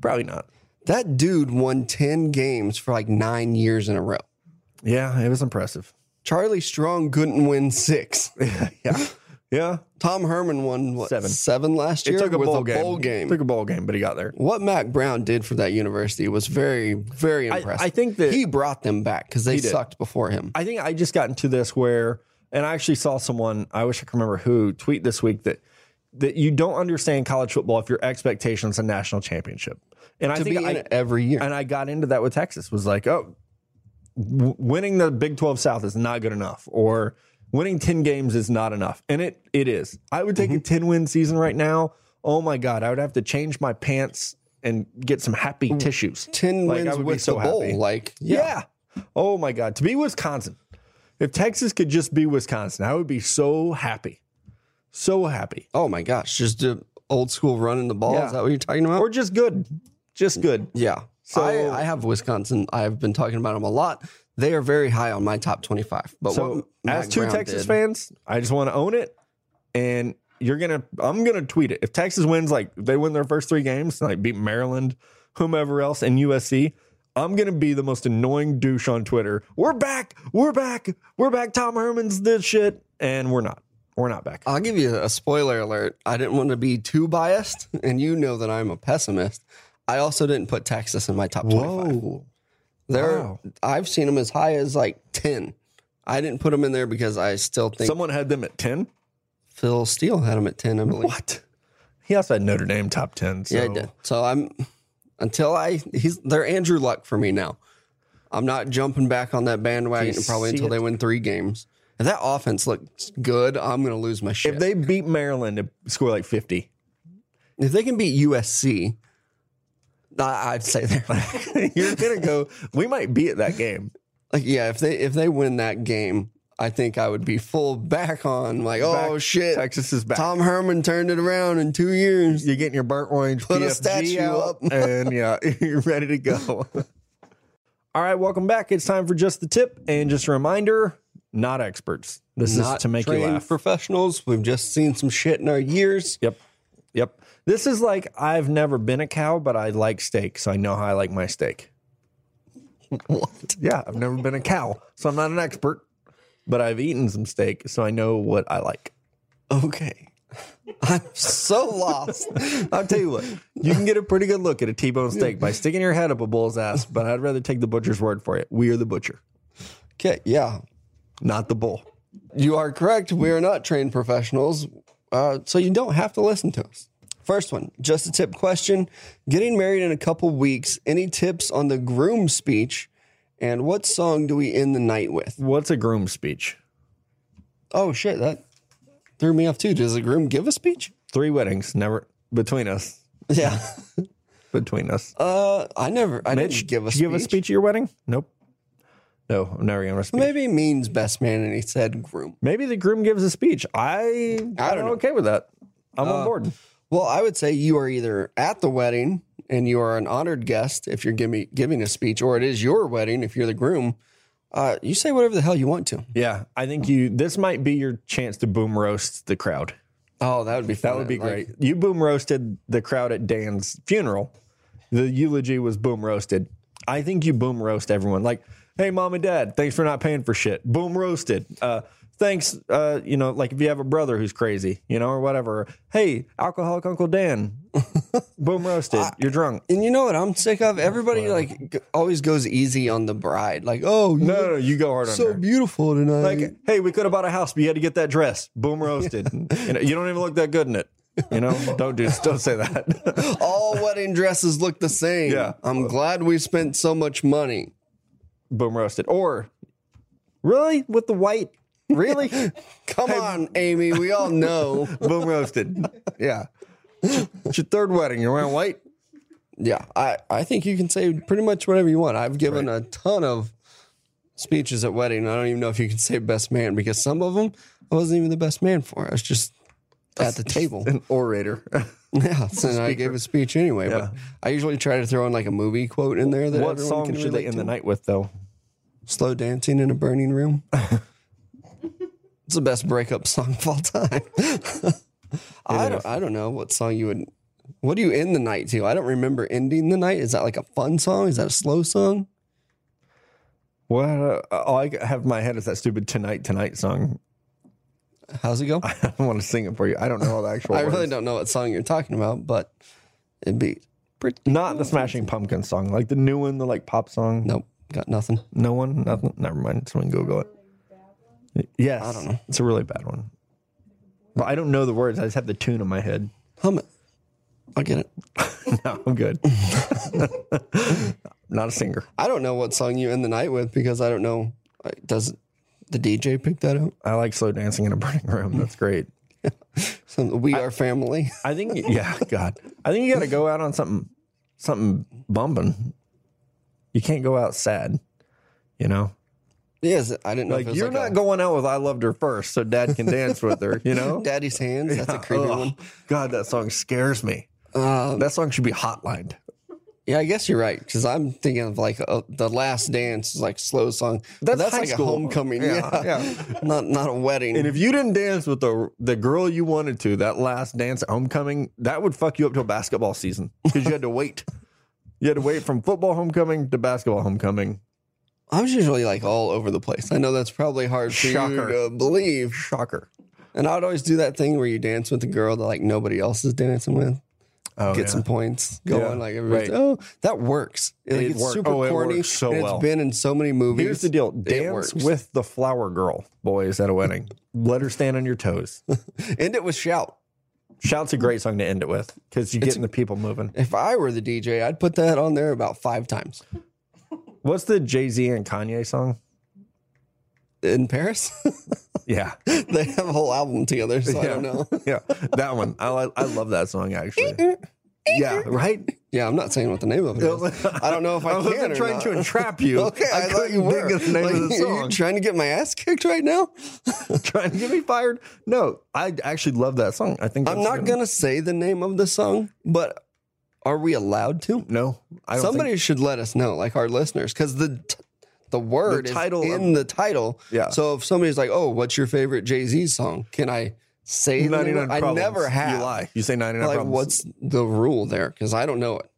S1: Probably not.
S2: That dude won 10 games for like nine years in a row.
S1: Yeah, it was impressive.
S2: Charlie Strong couldn't win six.
S1: yeah. Yeah.
S2: Tom Herman won what,
S1: Seven.
S2: seven. last year with a bowl game.
S1: Took a bowl game, but he got there.
S2: what Mac Brown did for that university was very, very impressive.
S1: I think that-
S2: he brought them back because they
S1: did.
S2: sucked before him.
S1: I think I just got into this where, and I actually saw someone, I wish I could remember who, tweet this week that that you don't understand college football if your expectations a national championship. And I
S2: to be
S1: think
S2: in
S1: I,
S2: it every year.
S1: and I got into that with Texas was like, oh, w- winning the Big 12 South is not good enough or winning 10 games is not enough. And it it is. I would
S2: Mm-hmm.
S1: take a 10 win season right now. Oh my god, I would have to change my pants and get some happy tissues.
S2: 10
S1: Like, I
S2: wins
S1: would be
S2: with
S1: so
S2: the bowl.
S1: happy.
S2: Like, yeah.
S1: Yeah. Oh my god, to be Wisconsin. If Texas could just be Wisconsin, I would be so happy. So happy.
S2: Oh my gosh. Just the old school running the ball.
S1: Yeah.
S2: Is that what you're talking about?
S1: Or just good. Just good.
S2: yeah.
S1: So-
S2: So I, I have Wisconsin. I've been talking about them a lot. They are very high on my top 25. But
S1: So,
S2: what Mac
S1: as two
S2: Brown
S1: Texas
S2: did-
S1: fans, I just want to own it, and you're gonna, I'm gonna tweet it. If Texas wins, like if they win their first three games, like beat Maryland, whomever else, and USC, I'm gonna be the most annoying douche on Twitter. We're back, we're back, we're back. Tom Herman's this shit, and we're not, we're not back.
S2: I'll give you a spoiler alert. I didn't want to be too biased, and you know that I'm a pessimist. I also didn't put Texas in my top 25. They're,
S1: Wow.
S2: I've seen them as high as like 10. I didn't put them in there because I still think
S1: someone had them at ten.
S2: Phil Steele had them at 10, I believe.
S1: What? He also had Notre Dame top ten. So.
S2: Yeah, I did. So I'm until I he's they're Andrew Luck for me now. I'm not jumping back on that
S1: Do
S2: bandwagon
S1: you
S2: probably
S1: see
S2: until
S1: it?
S2: they win three games. If that offense looks good, I'm gonna lose my shit.
S1: If they beat Maryland to score like 50,
S2: if they can beat USC, I- I'd say they're
S1: you're gonna go. We might be at that game.
S2: like yeah. If they if they win that game, I think I would be full back on like oh
S1: Back-
S2: shit.
S1: Texas is back.
S2: Tom Herman turned it around in two years.
S1: you're getting your burnt orange
S2: Put a
S1: PFG
S2: statue
S1: out,
S2: up.
S1: and yeah, you're ready to go. All right, welcome back. It's time for just the tip, and just a reminder: not experts. This is to make you
S2: trained
S1: laugh.
S2: Professionals, we've just seen some shit in our years.
S1: yep, yep. This is like I've never been a cow, but I like steak, so I know how I like my steak.
S2: What?
S1: Yeah, I've never been a cow, so I'm not an expert, but I've eaten some steak, so I know what I like.
S2: Okay. I'm so lost.
S1: I'll tell you what, you can get a pretty good look at a T-bone steak by sticking your head up a bull's ass, but I'd rather take the butcher's word for it. We are the butcher,
S2: Okay, yeah.
S1: not the bull.
S2: You are correct. We are not trained professionals, uh, so you don't have to listen to us. First one, just a tip question. Getting married in a couple weeks. Any tips on the groom speech? And what song do we end the night with?
S1: What's a groom speech?
S2: Oh shit, that threw me off too. Does the groom give a speech?
S1: Three weddings, never between us.
S2: Yeah.
S1: Between us.
S2: Uh, I never. I
S1: Did
S2: didn't give a
S1: you
S2: speech.
S1: give a speech at your wedding? Nope. No, I'm never gonna speak. Maybe,
S2: Maybe it means best man, and he said groom.
S1: the groom gives a speech. I I
S2: I
S1: don't Uh,
S2: don't
S1: am
S2: know.
S1: okay with that. I'm on board.
S2: Well, I would say you are either at the wedding and you are an honored guest if you're giving giving a speech, or it is your wedding if you're the groom. Uh, you say whatever the hell you want to.
S1: Yeah, I think you. This might be your chance to boom roast the crowd.
S2: Oh, that would be fun.
S1: That would be great. You boom roasted the crowd at Dan's funeral. The eulogy was boom roasted. I think you boom roast everyone. Like, hey, mom and dad, thanks for not paying for shit. Boom roasted. Uh, thanks. Uh, you know, like if you have a brother who's crazy, you know, or whatever. Hey, alcoholic Uncle Dan, boom roasted. You're drunk.
S2: And you know what I'm sick of? Everybody like g- always goes easy on the bride. Like, oh, you
S1: No, no,
S2: look
S1: no, you go hard on
S2: so
S1: her.
S2: beautiful tonight.
S1: Like, hey, we could have bought a house, but you had to get that dress. Boom roasted. you, know, you don't even look that good in it. You know, don't do, don't say that.
S2: all wedding dresses look the same.
S1: Yeah.
S2: I'm glad we spent so much money.
S1: boom roasted. Or really with the white, really
S2: Come on, Amy. We all know.
S1: boom roasted. Yeah, it's your third wedding. You're wearing white.
S2: Yeah, I, I think you can say pretty much whatever you want. I've given a ton of speeches at wedding. I don't even know if you can say best man because some of them I wasn't even the best man for. I was just at the table.
S1: an orator.
S2: Yeah, so I gave a speech anyway. But I usually try to throw in like a movie quote in there. That
S1: what
S2: everyone
S1: song
S2: can
S1: should they
S2: relate
S1: end the
S2: to.
S1: night with, though?
S2: Slow dancing in a burning room. it's the best breakup song of all time. I don't. I don't know what song you would. What do you end the night to? I don't remember ending the night. Is that like a fun song? Is that a slow song?
S1: What? Uh, all I have in my head is that stupid "Tonight Tonight" song.
S2: How's it go? I,
S1: I want to sing it for you. I don't know all the actual. words.
S2: really don't know what song you're talking about, but it'd be pretty.
S1: Not the Smashing Pumpkin song, like the new one, the like pop song.
S2: Nope, got nothing.
S1: No one, nothing. Never mind. Someone Google it. Yes, I don't know. It's a really bad one. But I don't know the words. I just have the tune in my head.
S2: Hum it. I'll get it.
S1: No, I'm good. Not a singer.
S2: I don't know what song you end the night with because I don't know. like, Does the DJ pick that out?
S1: I like slow dancing in a burning room. That's great.
S2: Some, we are family.
S1: I think. Yeah, God. I think you got to go out on something, something bumping. You can't go out sad. You know,
S2: yes, I didn't know.
S1: like
S2: if it was
S1: you're
S2: like
S1: not
S2: a
S1: going out with "I loved her" first, so Dad can dance with her. You know,
S2: Daddy's hands. That's a creepy
S1: Ugh.
S2: one.
S1: God, that song scares me. that song should be hotlined.
S2: Yeah, I guess you're right because I'm thinking of like uh the last dance is like slow song. But
S1: That's
S2: that's
S1: high
S2: like
S1: school.
S2: a homecoming.
S1: Yeah,
S2: Yeah, not not a wedding.
S1: And if you didn't dance with the the girl you wanted to, that last dance at homecoming, that would fuck you up till basketball season because you had to wait. You had to wait from football homecoming to basketball homecoming.
S2: I was usually like all over the place. I know that's probably hard for
S1: Shocker.
S2: you to believe.
S1: Shocker.
S2: And I would always do that thing where you dance with the girl that like nobody else is dancing with.
S1: Oh,
S2: get
S1: yeah.
S2: some points going.
S1: Yeah,
S2: Like everybody's,
S1: right.
S2: oh, that works. Like,
S1: It
S2: it's
S1: work-
S2: super
S1: oh, it
S2: corny.
S1: works so
S2: and
S1: well.
S2: It's been in so many movies.
S1: Here's the deal:
S2: works.
S1: dance with the flower girl, boys, at a wedding. Let her stand on your toes.
S2: End it with shout.
S1: Shout's a great song to end it with because you're getting the people moving.
S2: If I were the DJ, I'd put that on there about five times.
S1: What's the Jay Z and Kanye song?
S2: In Paris,
S1: Yeah,
S2: they have a whole album together, so I don't know.
S1: yeah, that one. I li- I love that song actually. Yeah, right.
S2: Yeah, I'm not saying what the name of it is. I don't know if I,
S1: I
S2: can.
S1: wasn't
S2: or
S1: trying
S2: not.
S1: to entrap you.
S2: Okay, I, thought
S1: couldn't
S2: you were.
S1: think of the name
S2: Like,
S1: of the
S2: Are you
S1: song.
S2: trying to get my ass kicked right now?
S1: trying to get me fired? No, I actually love that song. I think
S2: I'm
S1: that's
S2: not
S1: good.
S2: gonna say the name of the song, but are we allowed to?
S1: No, I don't.
S2: Somebody should let us know, like our listeners, because the t- the word
S1: The title
S2: is
S1: of-
S2: in the title.
S1: Yeah.
S2: So if somebody's like, "Oh, what's your favorite Jay Z song?" Can I say?
S1: think
S2: the name
S1: 99
S2: of it? I
S1: problems.
S2: never have.
S1: You lie. You say 99
S2: Like,
S1: problems.
S2: what's the rule there? Because I don't know it,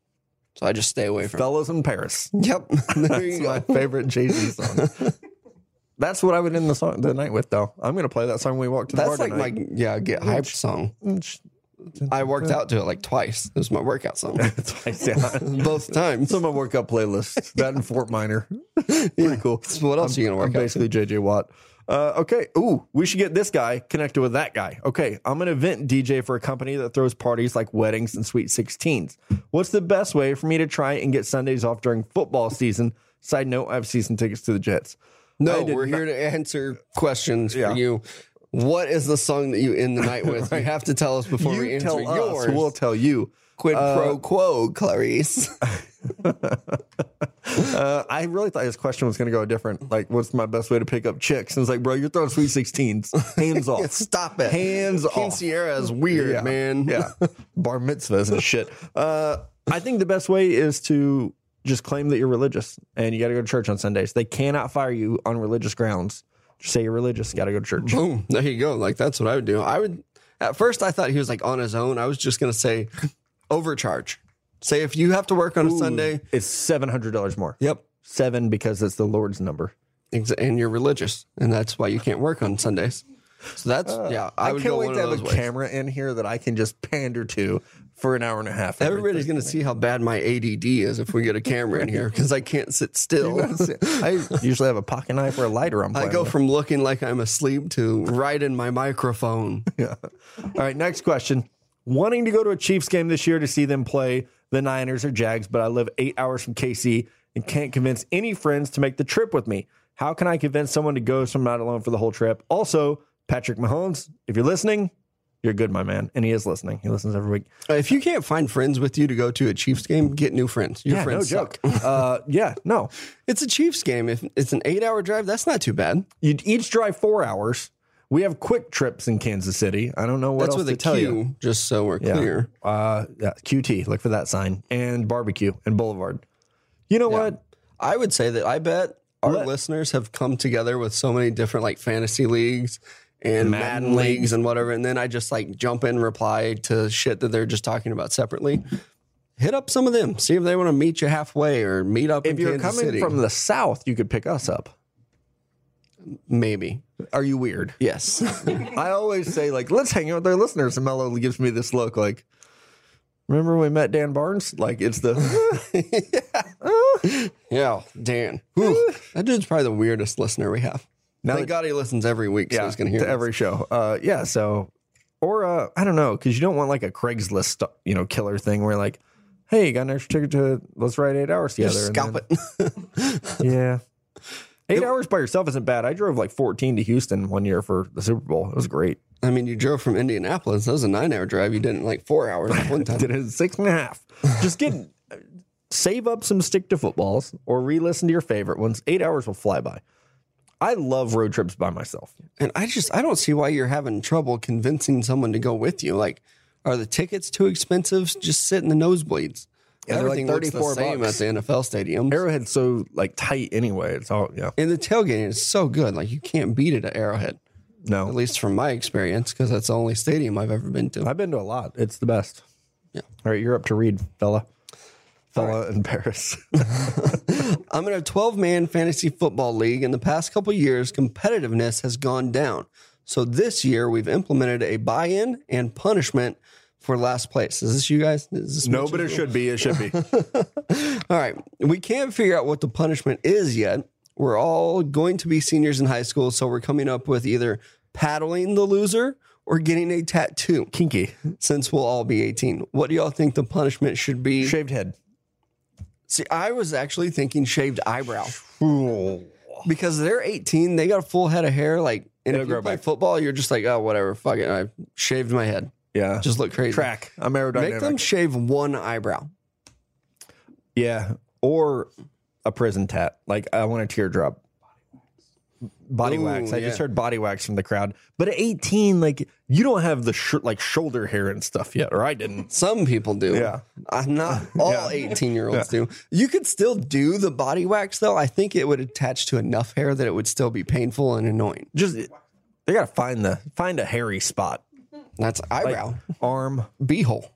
S2: so I just stay away from.
S1: Fellows in Paris?
S2: it. Yep. there you
S1: It's
S2: go.
S1: my favorite Jay Z song. That's what I would end the song the night with, though. I'm gonna play that song when we walk to the
S2: That's
S1: bar
S2: like my yeah get hyped song.
S1: tonight.
S2: I worked out to it like twice. It was my workout song.
S1: Twice, yeah.
S2: Both times.
S1: It's on my workout playlist. That and Fort Minor. Pretty cool.
S2: So what else are you gonna
S1: I'm
S2: work out?
S1: basically JJ Watt. Uh, okay. Ooh, we should get this guy connected with that guy. Okay. I'm an event DJ for a company that throws parties like weddings and sweet 16s. What's the best way for me to try and get Sundays off during football season? Side note, I have season tickets to the Jets.
S2: No,
S1: I did
S2: we're here to answer questions
S1: Yeah.
S2: for you. What is the song that you end the night with? You have to tell us before we
S1: You
S2: answer
S1: tell us,
S2: yours. Uh,
S1: we'll tell you.
S2: Quid pro quo, Clarice.
S1: Uh, I really thought this question was going to go different. Like, what's my best way to pick up chicks? And it's like, bro, you're throwing sweet 16s. Hands off.
S2: Stop it.
S1: Hands
S2: King
S1: off.
S2: Sierra is weird,
S1: Yeah.
S2: man.
S1: yeah, bar mitzvahs and shit. Uh, I think the best way is to just claim that you're religious and you got to go to church on Sundays. They cannot fire you on religious grounds. Just say you're religious, got to go to church.
S2: Boom. There you go. Like that's what I would do. I would at first I thought he was like on his own. I was just gonna say overcharge. Say if you have to work on a Sunday.
S1: It's seven hundred dollars more.
S2: Yep.
S1: Seven because it's the Lord's number.
S2: Ex- And you're religious, and that's why you can't work on Sundays. So that's yeah.
S1: Uh,
S2: I,
S1: I
S2: would
S1: can't
S2: go
S1: wait
S2: one
S1: to
S2: of
S1: have a
S2: those ways.
S1: camera in here that I can just pander to for an hour and a half.
S2: Everybody's going to see how bad my ADD is if we get a camera in here because I can't sit still.
S1: I usually have a pocket knife or a lighter. I'm
S2: I
S1: playing
S2: go
S1: with.
S2: from looking like I'm asleep to right in my microphone.
S1: Yeah. All right, next question. Wanting to go to a Chiefs game this year to see them play the Niners or Jags, but I live eight hours from KC and can't convince any friends to make the trip with me. How can I convince someone to go so I'm not alone for the whole trip? Also, Patrick Mahomes, if you're listening, you're good, my man. And he is listening. He listens every week.
S2: If you can't find friends with you to go to a Chiefs game, get new friends. Your
S1: Yeah, no
S2: friends
S1: joke.
S2: suck.
S1: uh, yeah, no.
S2: It's a Chiefs game. If it's an eight hour drive, that's not too bad.
S1: You'd each drive four hours. We have quick trips in Kansas City. I don't know what
S2: That's
S1: else
S2: with
S1: to
S2: a
S1: tell you.
S2: Q, just so we're
S1: Yeah.
S2: clear.
S1: Uh, yeah, QT, look for that sign, and barbecue and Boulevard. You know what?
S2: I would say that I bet our
S1: Let-
S2: listeners have come together with so many different like fantasy leagues and
S1: Madden
S2: Madden,
S1: leagues.
S2: leagues. and whatever. And then I just like jump in, reply to shit that they're just talking about separately. Hit up some of them, see if they want to meet you halfway or meet up
S1: If
S2: in
S1: you're
S2: Kansas
S1: coming
S2: City.
S1: from the south, you could pick us up.
S2: Maybe.
S1: Are you weird?
S2: Yes.
S1: I always say like, let's hang out with our listeners, and Mello gives me this look like, remember when we met Dan Barnes? Like it's the
S2: yeah, Dan. Whew. that dude's probably the weirdest listener we have.
S1: Now
S2: Thank God he listens every week, so he's going to
S1: to
S2: hear
S1: every show. Uh, yeah, so or uh, I don't know because you don't want like a Craigslist stu- you know killer thing where like, hey, you got an extra ticket to let's ride eight hours
S2: this.
S1: together.
S2: Just
S1: and
S2: scalp
S1: then-
S2: it.
S1: Yeah. Eight hours by yourself isn't bad. I drove like 14 to Houston one year for the Super Bowl. It was great.
S2: I mean, you drove from Indianapolis. That was a nine hour drive. You did it in like four hours at one time.
S1: Did it in six and a half. Just get save up some stick to footballs or re-listen to your favorite ones. Eight hours will fly by. I love road trips by myself.
S2: And I just I don't see why you're having trouble convincing someone to go with you. Like, are the tickets too expensive? Just sit in the nosebleeds.
S1: Yeah, they're like
S2: Everything looks the
S1: 34
S2: same
S1: bucks.
S2: at the NFL stadium.
S1: Arrowhead's so like tight anyway. It's all yeah.
S2: And the tailgating is so good. Like you can't beat it at Arrowhead, at
S1: No.
S2: least from my experience, because that's the only stadium I've ever been to.
S1: I've been to a lot. It's the best.
S2: Yeah.
S1: All right, you're up to read, fella. Fella in Paris.
S2: I'm in a 12 man fantasy football league. In the past couple years, competitiveness has gone down. So this year, we've implemented a buy in and punishment for last place. Is this you guys? Is this what you-
S1: should be. It should be.
S2: All right. We can't figure out what the punishment is yet. We're all going to be seniors in high school, so we're coming up with either paddling the loser or getting a tattoo
S1: Kinky.
S2: since we'll all be 18. What do y'all think the punishment should be?
S1: Shaved head.
S2: See, I was actually thinking shaved eyebrow because they're 18, they got a full head of hair. Like, and
S1: It'll
S2: if
S1: grow
S2: you play
S1: back.
S2: football, you're just like, oh, whatever, fuck it. I shaved my head.
S1: Yeah.
S2: Just look crazy.
S1: track. I'm aerodynamic.
S2: Make them shave one eyebrow.
S1: yeah, or a prison tat. Like I want a teardrop. Body
S2: Ooh,
S1: wax. I just
S2: yeah.
S1: heard body wax from the crowd. But at 18, like you don't have the sh- like shoulder hair and stuff yet, or I didn't.
S2: Some people do.
S1: Yeah.
S2: Uh, not all 18 year olds do. You could still do the body wax, though. I think it would attach to enough hair that it would still be painful and annoying.
S1: Just they gotta find the find a hairy spot,
S2: That's eyebrow,
S1: arm.
S2: beehole.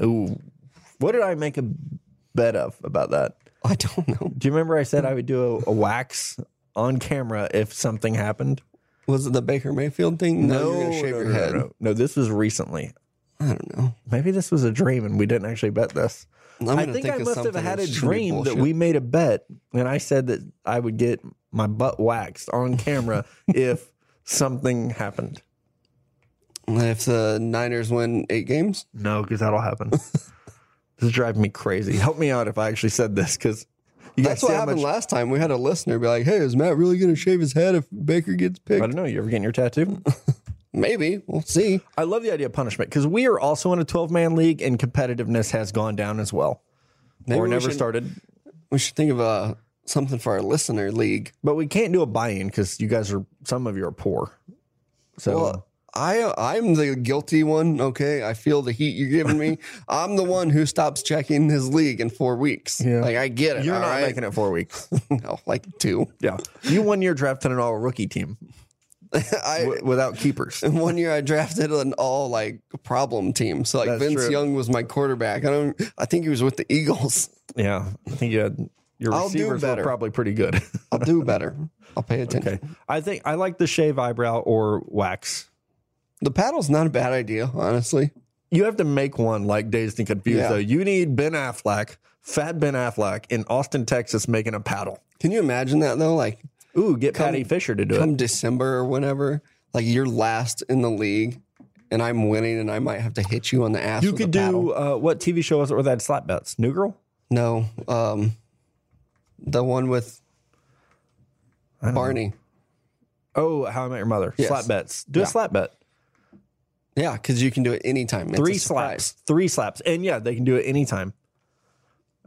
S1: Ooh, what did I make a bet of about that?
S2: I don't know.
S1: Do you remember I said I would do a, a wax on camera if something happened?
S2: Was it the Baker Mayfield thing? you're gonna shave your head.
S1: no. No, this was recently.
S2: I don't know.
S1: Maybe this was a dream and we didn't actually bet this.
S2: I'm
S1: I
S2: gonna
S1: think I
S2: of
S1: must have
S2: something
S1: had a
S2: that's just
S1: dream that
S2: bullshit.
S1: we made a bet and I said that I would get my butt waxed on camera if something happened.
S2: if the Niners win eight games.
S1: No, because that'll happen. this is driving me crazy. Help me out if I actually said this because you guys
S2: That's
S1: see
S2: what
S1: how much.
S2: happened last time. We had a listener be like, "Hey, is Matt really going to shave his head if Baker gets
S1: I
S2: picked?"
S1: don't know. You ever getting your tattoo?
S2: Maybe we'll see.
S1: I love the idea of punishment because we are also in a 12 man league and competitiveness has gone down as well
S2: Maybe
S1: or
S2: we
S1: never
S2: should-
S1: started.
S2: We should think of uh, something for our listener league.
S1: But we can't do a buy in because you guys are, some of you are poor. So
S2: Well, I I'm the guilty one. Okay, I feel the heat you're giving me. I'm the one who stops checking his league in four weeks.
S1: Yeah.
S2: Like I get it.
S1: you're
S2: all
S1: not
S2: right?
S1: making it four weeks.
S2: no, like two.
S1: Yeah. You one year drafted an all rookie team
S2: I
S1: w- without keepers.
S2: in one year I drafted an all like problem team. So like
S1: That's
S2: Vince
S1: true.
S2: Young was my quarterback. I don't. I think he was with the Eagles.
S1: Yeah. I think you had your
S2: I'll do
S1: receivers were
S2: better.
S1: probably pretty good.
S2: I'll do better. I'll pay attention.
S1: okay. I think I like the shave eyebrow or wax.
S2: The paddle's not a bad idea, honestly.
S1: You have to make one like Dazed and Confused,
S2: Yeah.
S1: though. You need Ben Affleck, fat Ben Affleck in Austin, Texas, making a paddle.
S2: Can you imagine that though? Like
S1: Ooh, get Patty Fisher to do it.
S2: come December or whenever, like you're last in the league, and I'm winning, and I might have to hit you on the ass.
S1: You
S2: with a
S1: could
S2: paddle.
S1: do uh, what TV show was it where they had slap bets? New Girl?
S2: no, um, the one with Barney.
S1: Oh, How I Met Your Mother.
S2: Yes.
S1: Slap bets. Do a
S2: Yeah.
S1: slap bet.
S2: Yeah, because you can do it anytime. It's
S1: Three
S2: a surprise.
S1: slaps. Three slaps. And yeah, they can do it anytime.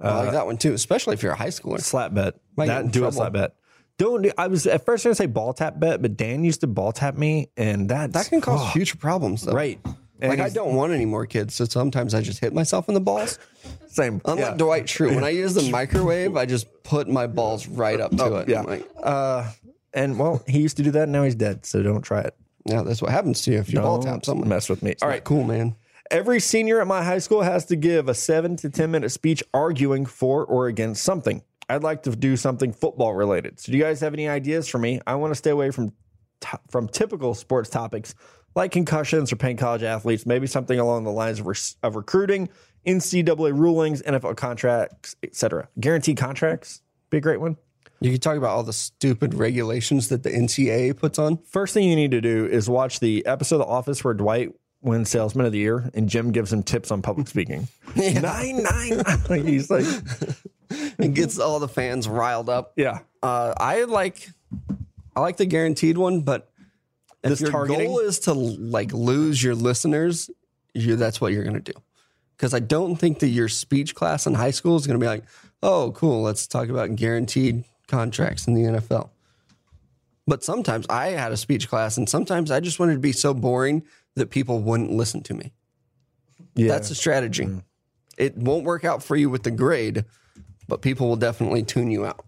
S1: Uh,
S2: I like that one too, especially if you're a high schooler.
S1: Slap bet.
S2: Might get
S1: that
S2: in
S1: do a
S2: trouble.
S1: slap bet. Don't. do- I was at first gonna say ball tap bet, but Dan used to ball tap me, and that's,
S2: That can cause
S1: oh,
S2: future problems, though.
S1: right. And
S2: Like I
S1: he's-
S2: don't want any more kids, so sometimes I just hit myself in the balls.
S1: same.
S2: Unlike
S1: yeah.
S2: Dwight Schrute, when I use the microwave, I just put my balls right up to it.
S1: Oh, yeah.
S2: I'm like,
S1: Uh, and well, he used to do that. and Now he's dead, so don't try it.
S2: yeah, that's what happens to you if you ball
S1: Don't
S2: tap someone.
S1: mess with me. All
S2: All
S1: right.
S2: right, cool, man.
S1: Every senior at my high school has to give a seven to 10 minute speech arguing for or against something. I'd like to do something football related. So, do you guys have any ideas for me? I want to stay away from t- from typical sports topics like concussions or paying college athletes, maybe something along the lines of, rec- of recruiting, NCAA rulings, NFL contracts, etc. Guaranteed contracts be a great one.
S2: You can talk about all the stupid regulations that the NCAA puts on.
S1: First thing you need to do is watch the episode of The Office where Dwight wins Salesman of the Year and Jim gives him tips on public speaking. Nine, nine. nine. He's like,
S2: It gets all the fans riled up.
S1: yeah.
S2: Uh, I like, I like the guaranteed one, but if
S1: This
S2: your
S1: targeting?
S2: goal is to like lose your listeners, you, that's what you're going to do. Because I don't think that your speech class in high school is going to be like, oh, cool, let's talk about guaranteed contracts in the NFL. But sometimes I had a speech class, and sometimes I just wanted to be so boring that people wouldn't listen to me.
S1: Yeah. Mm.
S2: That's a strategy. It won't work out for you with the grade, but people will definitely tune you out.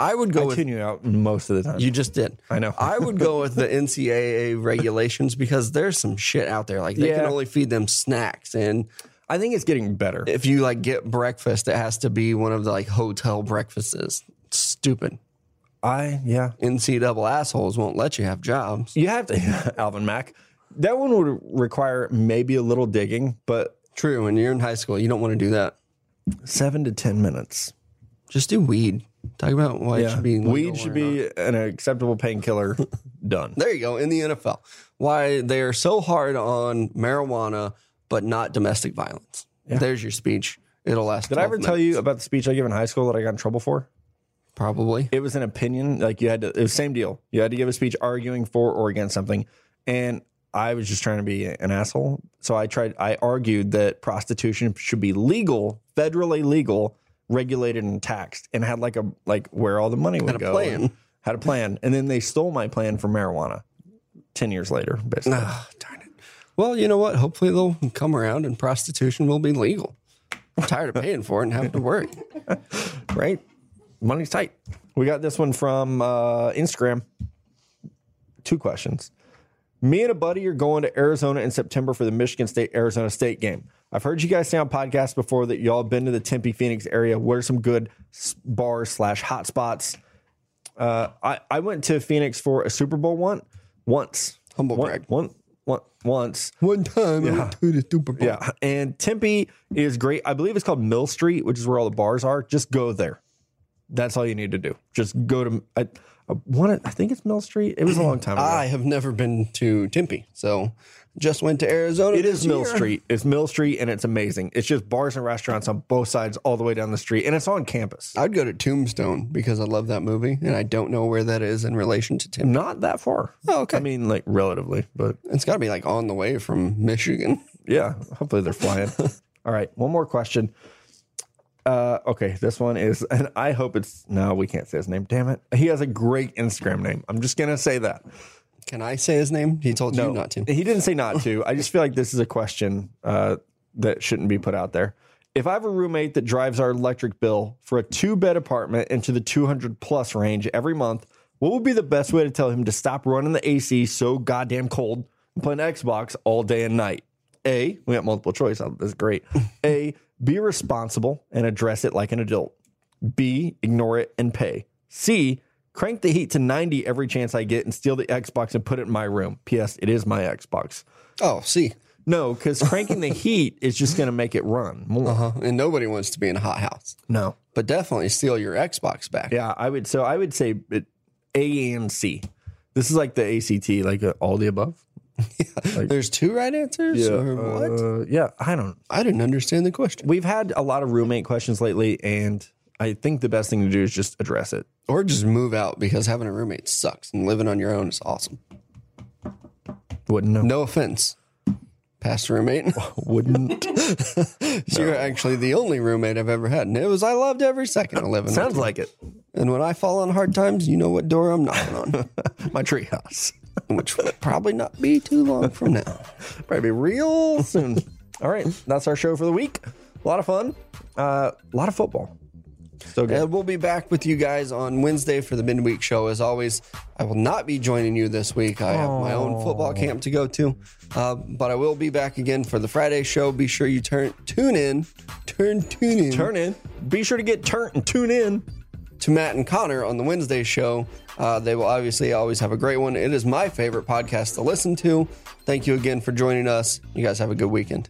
S2: I would go
S1: I
S2: with
S1: tune you out most of the time.
S2: you just did.
S1: I know.
S2: I would go with the NCAA regulations because there's some shit out there. Like they can
S1: Yeah.
S2: only feed them snacks, and
S1: I think it's getting better.
S2: if you like get breakfast, it has to be one of the like hotel breakfasts. Stupid
S1: I, yeah.
S2: NCAA assholes won't let you have jobs.
S1: You have to, Alvin Mack. That one would require maybe a little digging, but
S2: True, when you're in high school, you don't want to do that.
S1: seven to 10 minutes.
S2: Just do weed. Talk about why it should be legal
S1: Weed should
S2: or
S1: be an acceptable painkiller. Done.
S2: There you go. In the NFL, why they are so hard on marijuana, but not domestic violence. There's your speech. It'll last.
S1: Did I ever tell you about the speech I gave in high school that I got in trouble for?
S2: Probably.
S1: it was an opinion. Like you had to, it was same deal. You had to give a speech arguing for or against something. And I was just trying to be an asshole. So I tried, I argued that prostitution should be legal, federally legal, regulated and taxed, and had like a, like where all the money would
S2: a
S1: go.
S2: plan.
S1: and Had a plan. And then they stole my plan for marijuana 10 years later, basically.
S2: Ah, darn it. Well, you know what? Hopefully they'll come around and prostitution will be legal. I'm tired of paying for it and having to worry.
S1: Right? Money's tight. We got this one from uh, Instagram. Two questions. Me and a buddy are going to Arizona in September for the Michigan State Arizona State game. I've heard you guys say on podcasts before that y'all been to the Tempe Phoenix area. What are some good s- bars slash hot spots? Uh, I I went to Phoenix for a Super Bowl one once.
S2: Humble
S1: One-
S2: brag.
S1: one- one- once.
S2: One time I went to the Super Bowl.
S1: Yeah. And Tempe is great. I believe it's called Mill Street, which is where all the bars are. Just go there. That's all you need to do. Just go to I, I want I think it's Mill Street. It was a long time ago.
S2: I have never been to Tempe, so just went to Arizona.
S1: it is Mill Street. It's Mill Street and it's amazing. It's just bars and restaurants on both sides all the way down the street and it's on campus.
S2: I'd go to Tombstone because I love that movie, and I don't know where that is in relation to Tempe.
S1: Not that far.
S2: Oh, okay.
S1: I mean like relatively, but
S2: It's got to be like on the way from Michigan.
S1: yeah, hopefully they're flying. All right, one more question. Uh, okay, this one is, and I hope it's no, we can't say his name. Damn it, he has a great Instagram name. I'm just gonna say that.
S2: Can I say his name? He told you not to.
S1: He didn't say not to. I just feel like this is a question uh, that shouldn't be put out there. If I have a roommate that drives our electric bill for a two bed apartment into the 200 plus range every month, what would be the best way to tell him to stop running the AC so goddamn cold and playing Xbox all day and night? A, we got multiple choice. Oh, That's great. A, be responsible and address it like an adult. B, ignore it and pay. C, crank the heat to 90 every chance I get and steal the Xbox and put it in my room. P.S. It is my Xbox.
S2: Oh, see,
S1: No, because cranking the heat is just going to make it run more.
S2: uh-huh. and nobody wants to be in a hot house,
S1: No.
S2: but definitely steal your Xbox back.
S1: Yeah, I would. So I would say it, A and C. This is like the ACT, like uh, all the above.
S2: There's two right answers. or what?
S1: Uh, yeah, I don't.
S2: I didn't understand the question.
S1: We've had a lot of roommate questions lately, and I think the best thing to do is just address it.
S2: Or just move out because having a roommate sucks and living on your own is awesome.
S1: Wouldn't know.
S2: No offense, past roommate.
S1: Wouldn't.
S2: You're actually the only roommate I've ever had. And it was, I loved every second of living.
S1: Sounds
S2: with
S1: like it.
S2: you. And when I fall on hard times, you know what door I'm knocking on,
S1: My treehouse.
S2: which would probably not be too long from now.
S1: Probably be real soon. All right, that's our show for the week. A lot of fun. Uh, a lot of football. So good.
S2: And Uh, we'll be back with you guys on Wednesday for the midweek show. As always, I will not be joining you this week. I have my own football camp to go to, uh, but I will be back again for the Friday show. Be sure you turn tune in, turn tune in,
S1: Turn in. Be sure to get turn and tune in.
S2: to Matt and Connor on the Wednesday show. Uh, they will obviously always have a great one. It is my favorite podcast to listen to. Thank you again for joining us. You guys have a good weekend.